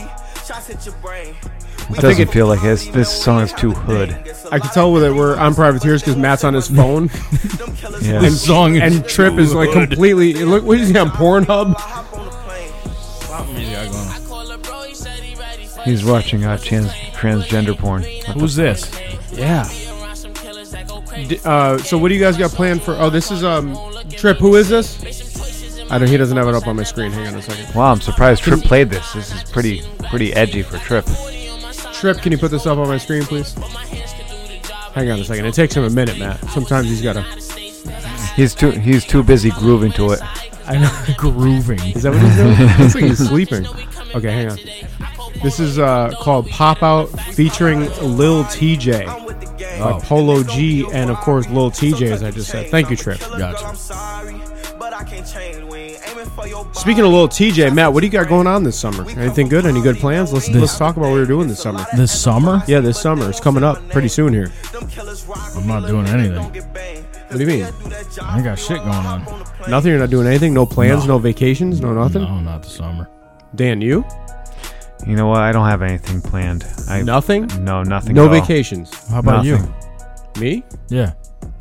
[SPEAKER 6] It
[SPEAKER 2] doesn't feel like it. This song is too hood.
[SPEAKER 1] I can tell that we're on privateers because Matt's on his phone
[SPEAKER 2] Yeah.
[SPEAKER 1] and
[SPEAKER 2] This
[SPEAKER 3] song is
[SPEAKER 1] and Trip is like completely. Look, what is he on Pornhub?
[SPEAKER 2] He's watching uh, trans, transgender porn.
[SPEAKER 3] Who's this?
[SPEAKER 1] Yeah. D- uh, so what do you guys got planned for? Oh, this is um Trip. Who is this? I don't. He doesn't have it up on my screen. Hang on a second.
[SPEAKER 2] Wow, I'm surprised Trip played this. This is pretty pretty edgy for Trip.
[SPEAKER 1] Trip, can you put this up on my screen, please? Hang on a second. It takes him a minute, Matt. Sometimes he's gotta.
[SPEAKER 2] He's too he's too busy grooving to it.
[SPEAKER 3] I know grooving.
[SPEAKER 1] Is that what he's doing? Looks like he's sleeping. Okay, hang on. This is uh, called Pop Out featuring Lil TJ. Uh, Polo G and, of course, Lil TJ, as I just said. Thank you, Trip.
[SPEAKER 3] Gotcha.
[SPEAKER 1] Speaking of Lil TJ, Matt, what do you got going on this summer? Anything good? Any good plans? Let's let's talk about what we're doing this summer.
[SPEAKER 3] This summer?
[SPEAKER 1] Yeah, this summer. It's coming up pretty soon here.
[SPEAKER 3] I'm not doing anything.
[SPEAKER 1] What do you mean?
[SPEAKER 3] I ain't got shit going on.
[SPEAKER 1] Nothing? You're not doing anything? No plans? No, vacations? No nothing?
[SPEAKER 3] No, Oh, not the summer.
[SPEAKER 1] Dan, you?
[SPEAKER 2] You know what? I don't have anything planned. I
[SPEAKER 1] Nothing?
[SPEAKER 2] No, nothing.
[SPEAKER 1] No
[SPEAKER 2] at all.
[SPEAKER 1] vacations?
[SPEAKER 3] How about
[SPEAKER 2] Nothing.
[SPEAKER 1] Me?
[SPEAKER 3] you? Yeah.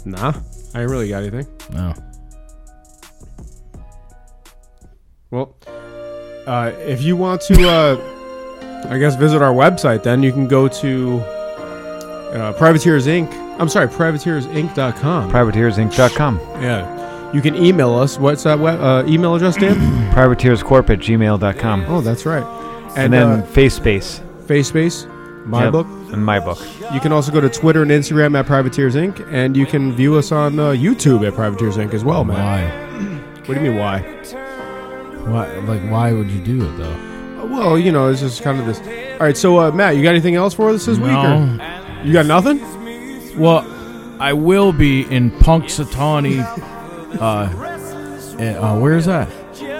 [SPEAKER 1] Nah. I ain't really got anything.
[SPEAKER 3] No.
[SPEAKER 1] Well, uh, if you want to, uh, I guess, visit our website, then you can go to uh, Privateers Inc. I'm sorry, privateersinc.com.
[SPEAKER 2] Privateersinc.com.
[SPEAKER 1] yeah. You can email us. What's that web, uh, email address, Dan?
[SPEAKER 2] Privateerscorp at gmail.com.
[SPEAKER 1] oh, that's right.
[SPEAKER 2] and
[SPEAKER 1] And,
[SPEAKER 2] then
[SPEAKER 1] then
[SPEAKER 2] Face Space.
[SPEAKER 1] Face Space, my
[SPEAKER 2] Yep,
[SPEAKER 1] book.
[SPEAKER 2] And my book.
[SPEAKER 1] You can also go to Twitter and Instagram at Privateers Inc. And you can view us on uh, YouTube at Privateers Inc. as well, Oh, man.
[SPEAKER 3] Why?
[SPEAKER 1] What do you mean, why?
[SPEAKER 3] Why? Like, why would you do it though?
[SPEAKER 1] Uh, Well, you know, it's just kind of this. All right, so uh, Matt, you got anything else for us this week?
[SPEAKER 3] No.
[SPEAKER 1] Or you got nothing?
[SPEAKER 3] Well, I will be in Punxsutawney. Uh, eh, uh, where is that?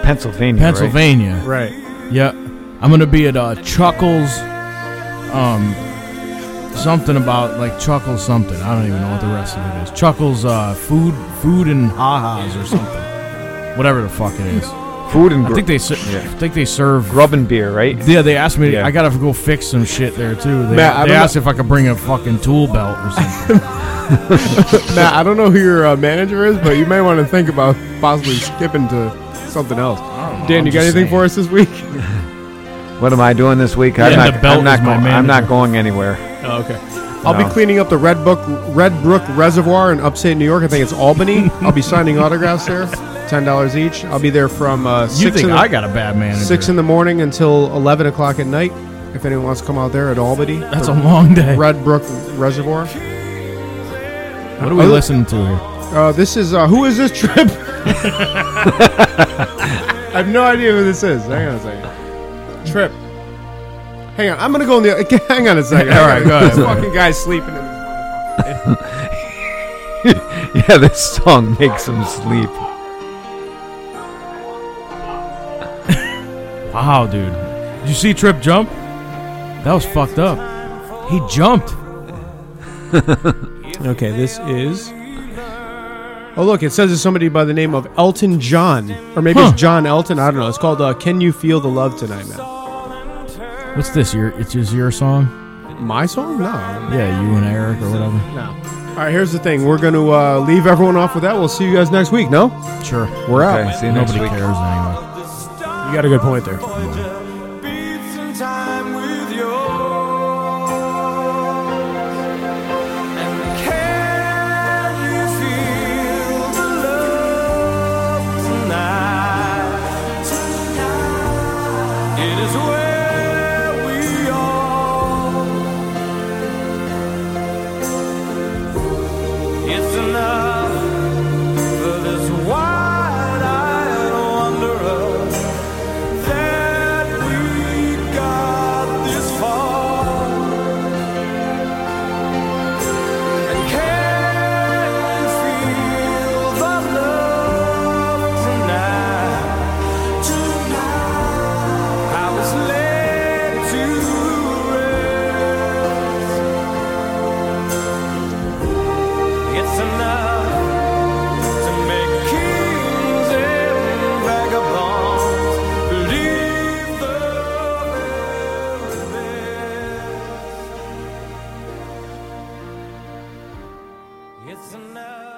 [SPEAKER 2] Pennsylvania. right?
[SPEAKER 3] Pennsylvania.
[SPEAKER 1] Right.
[SPEAKER 3] Yep. I'm gonna be at uh, Chuckles. Um, something about like Chuckles something. I don't even know what the rest of it is. Chuckles uh, food, food and ha-has or something. whatever the fuck it is.
[SPEAKER 2] Food and
[SPEAKER 3] I
[SPEAKER 2] gr-
[SPEAKER 3] think they ser- I think they serve.
[SPEAKER 2] grub and beer, right?
[SPEAKER 3] Yeah, they asked me. to-
[SPEAKER 2] Yeah.
[SPEAKER 3] I gotta go fix some shit there too. They,
[SPEAKER 1] Matt, I
[SPEAKER 3] they
[SPEAKER 1] don't
[SPEAKER 3] asked if I could bring a fucking tool belt or something.
[SPEAKER 1] Matt, I don't know who your uh, manager is, but you may want to think about possibly skipping to something else. Dan, you got anything for us this week?
[SPEAKER 2] What am I doing this week?
[SPEAKER 3] Yeah,
[SPEAKER 2] I'm
[SPEAKER 3] the
[SPEAKER 2] not.
[SPEAKER 3] belt
[SPEAKER 2] I'm not,
[SPEAKER 3] is my
[SPEAKER 2] going, I'm not
[SPEAKER 3] manager.
[SPEAKER 2] going anywhere.
[SPEAKER 1] Oh, okay. I'll
[SPEAKER 2] No.
[SPEAKER 1] be cleaning up the Red Book, Red Brook Reservoir in upstate New York. I think it's Albany. I'll be signing autographs there, ten dollars each. I'll be there from uh,
[SPEAKER 3] You
[SPEAKER 1] six, in
[SPEAKER 3] think
[SPEAKER 1] the,
[SPEAKER 3] I got a bad manager?
[SPEAKER 1] six in the morning until eleven o'clock at night. If anyone wants to come out there at Albany,
[SPEAKER 3] That's a
[SPEAKER 1] the
[SPEAKER 3] long day.
[SPEAKER 1] Red Brook Reservoir.
[SPEAKER 3] What are we
[SPEAKER 1] Other-
[SPEAKER 3] listening to here?
[SPEAKER 1] Uh, this is uh, who is this trip? I have no idea who this is. Hang on a second. Trip. Hang on. I'm gonna go in the. Hang on a second. All right, go ahead. This fucking guy's sleeping. In this.
[SPEAKER 2] Yeah, this song makes them sleep.
[SPEAKER 3] Wow, dude. Did you see Trip jump? That was fucked up. He jumped.
[SPEAKER 1] Okay, this is. Oh look, it says it's somebody by the name of Elton John, or maybe
[SPEAKER 3] Huh.
[SPEAKER 1] it's John Elton. I don't know. It's called uh, "Can You Feel the Love Tonight," man.
[SPEAKER 3] What's this? Your it's just your song?
[SPEAKER 1] My song? No,
[SPEAKER 3] Yeah, you and Eric or whatever.
[SPEAKER 1] no. All right, here's the thing. We're gonna uh, leave everyone off with that. We'll see you guys next week. No,
[SPEAKER 3] Sure.
[SPEAKER 1] we're out.
[SPEAKER 2] Okay, see you next
[SPEAKER 3] Nobody
[SPEAKER 2] week.
[SPEAKER 3] cares anyway.
[SPEAKER 1] You got a good point there.
[SPEAKER 7] beats in time with yours. And can you feel the love tonight? It is where we are. It's enough for this wide-eyed wanderer that we got this far. And can you feel the love tonight? Tonight, I was led to rest. It's enough to make kings and vagabonds believe the best. It's enough.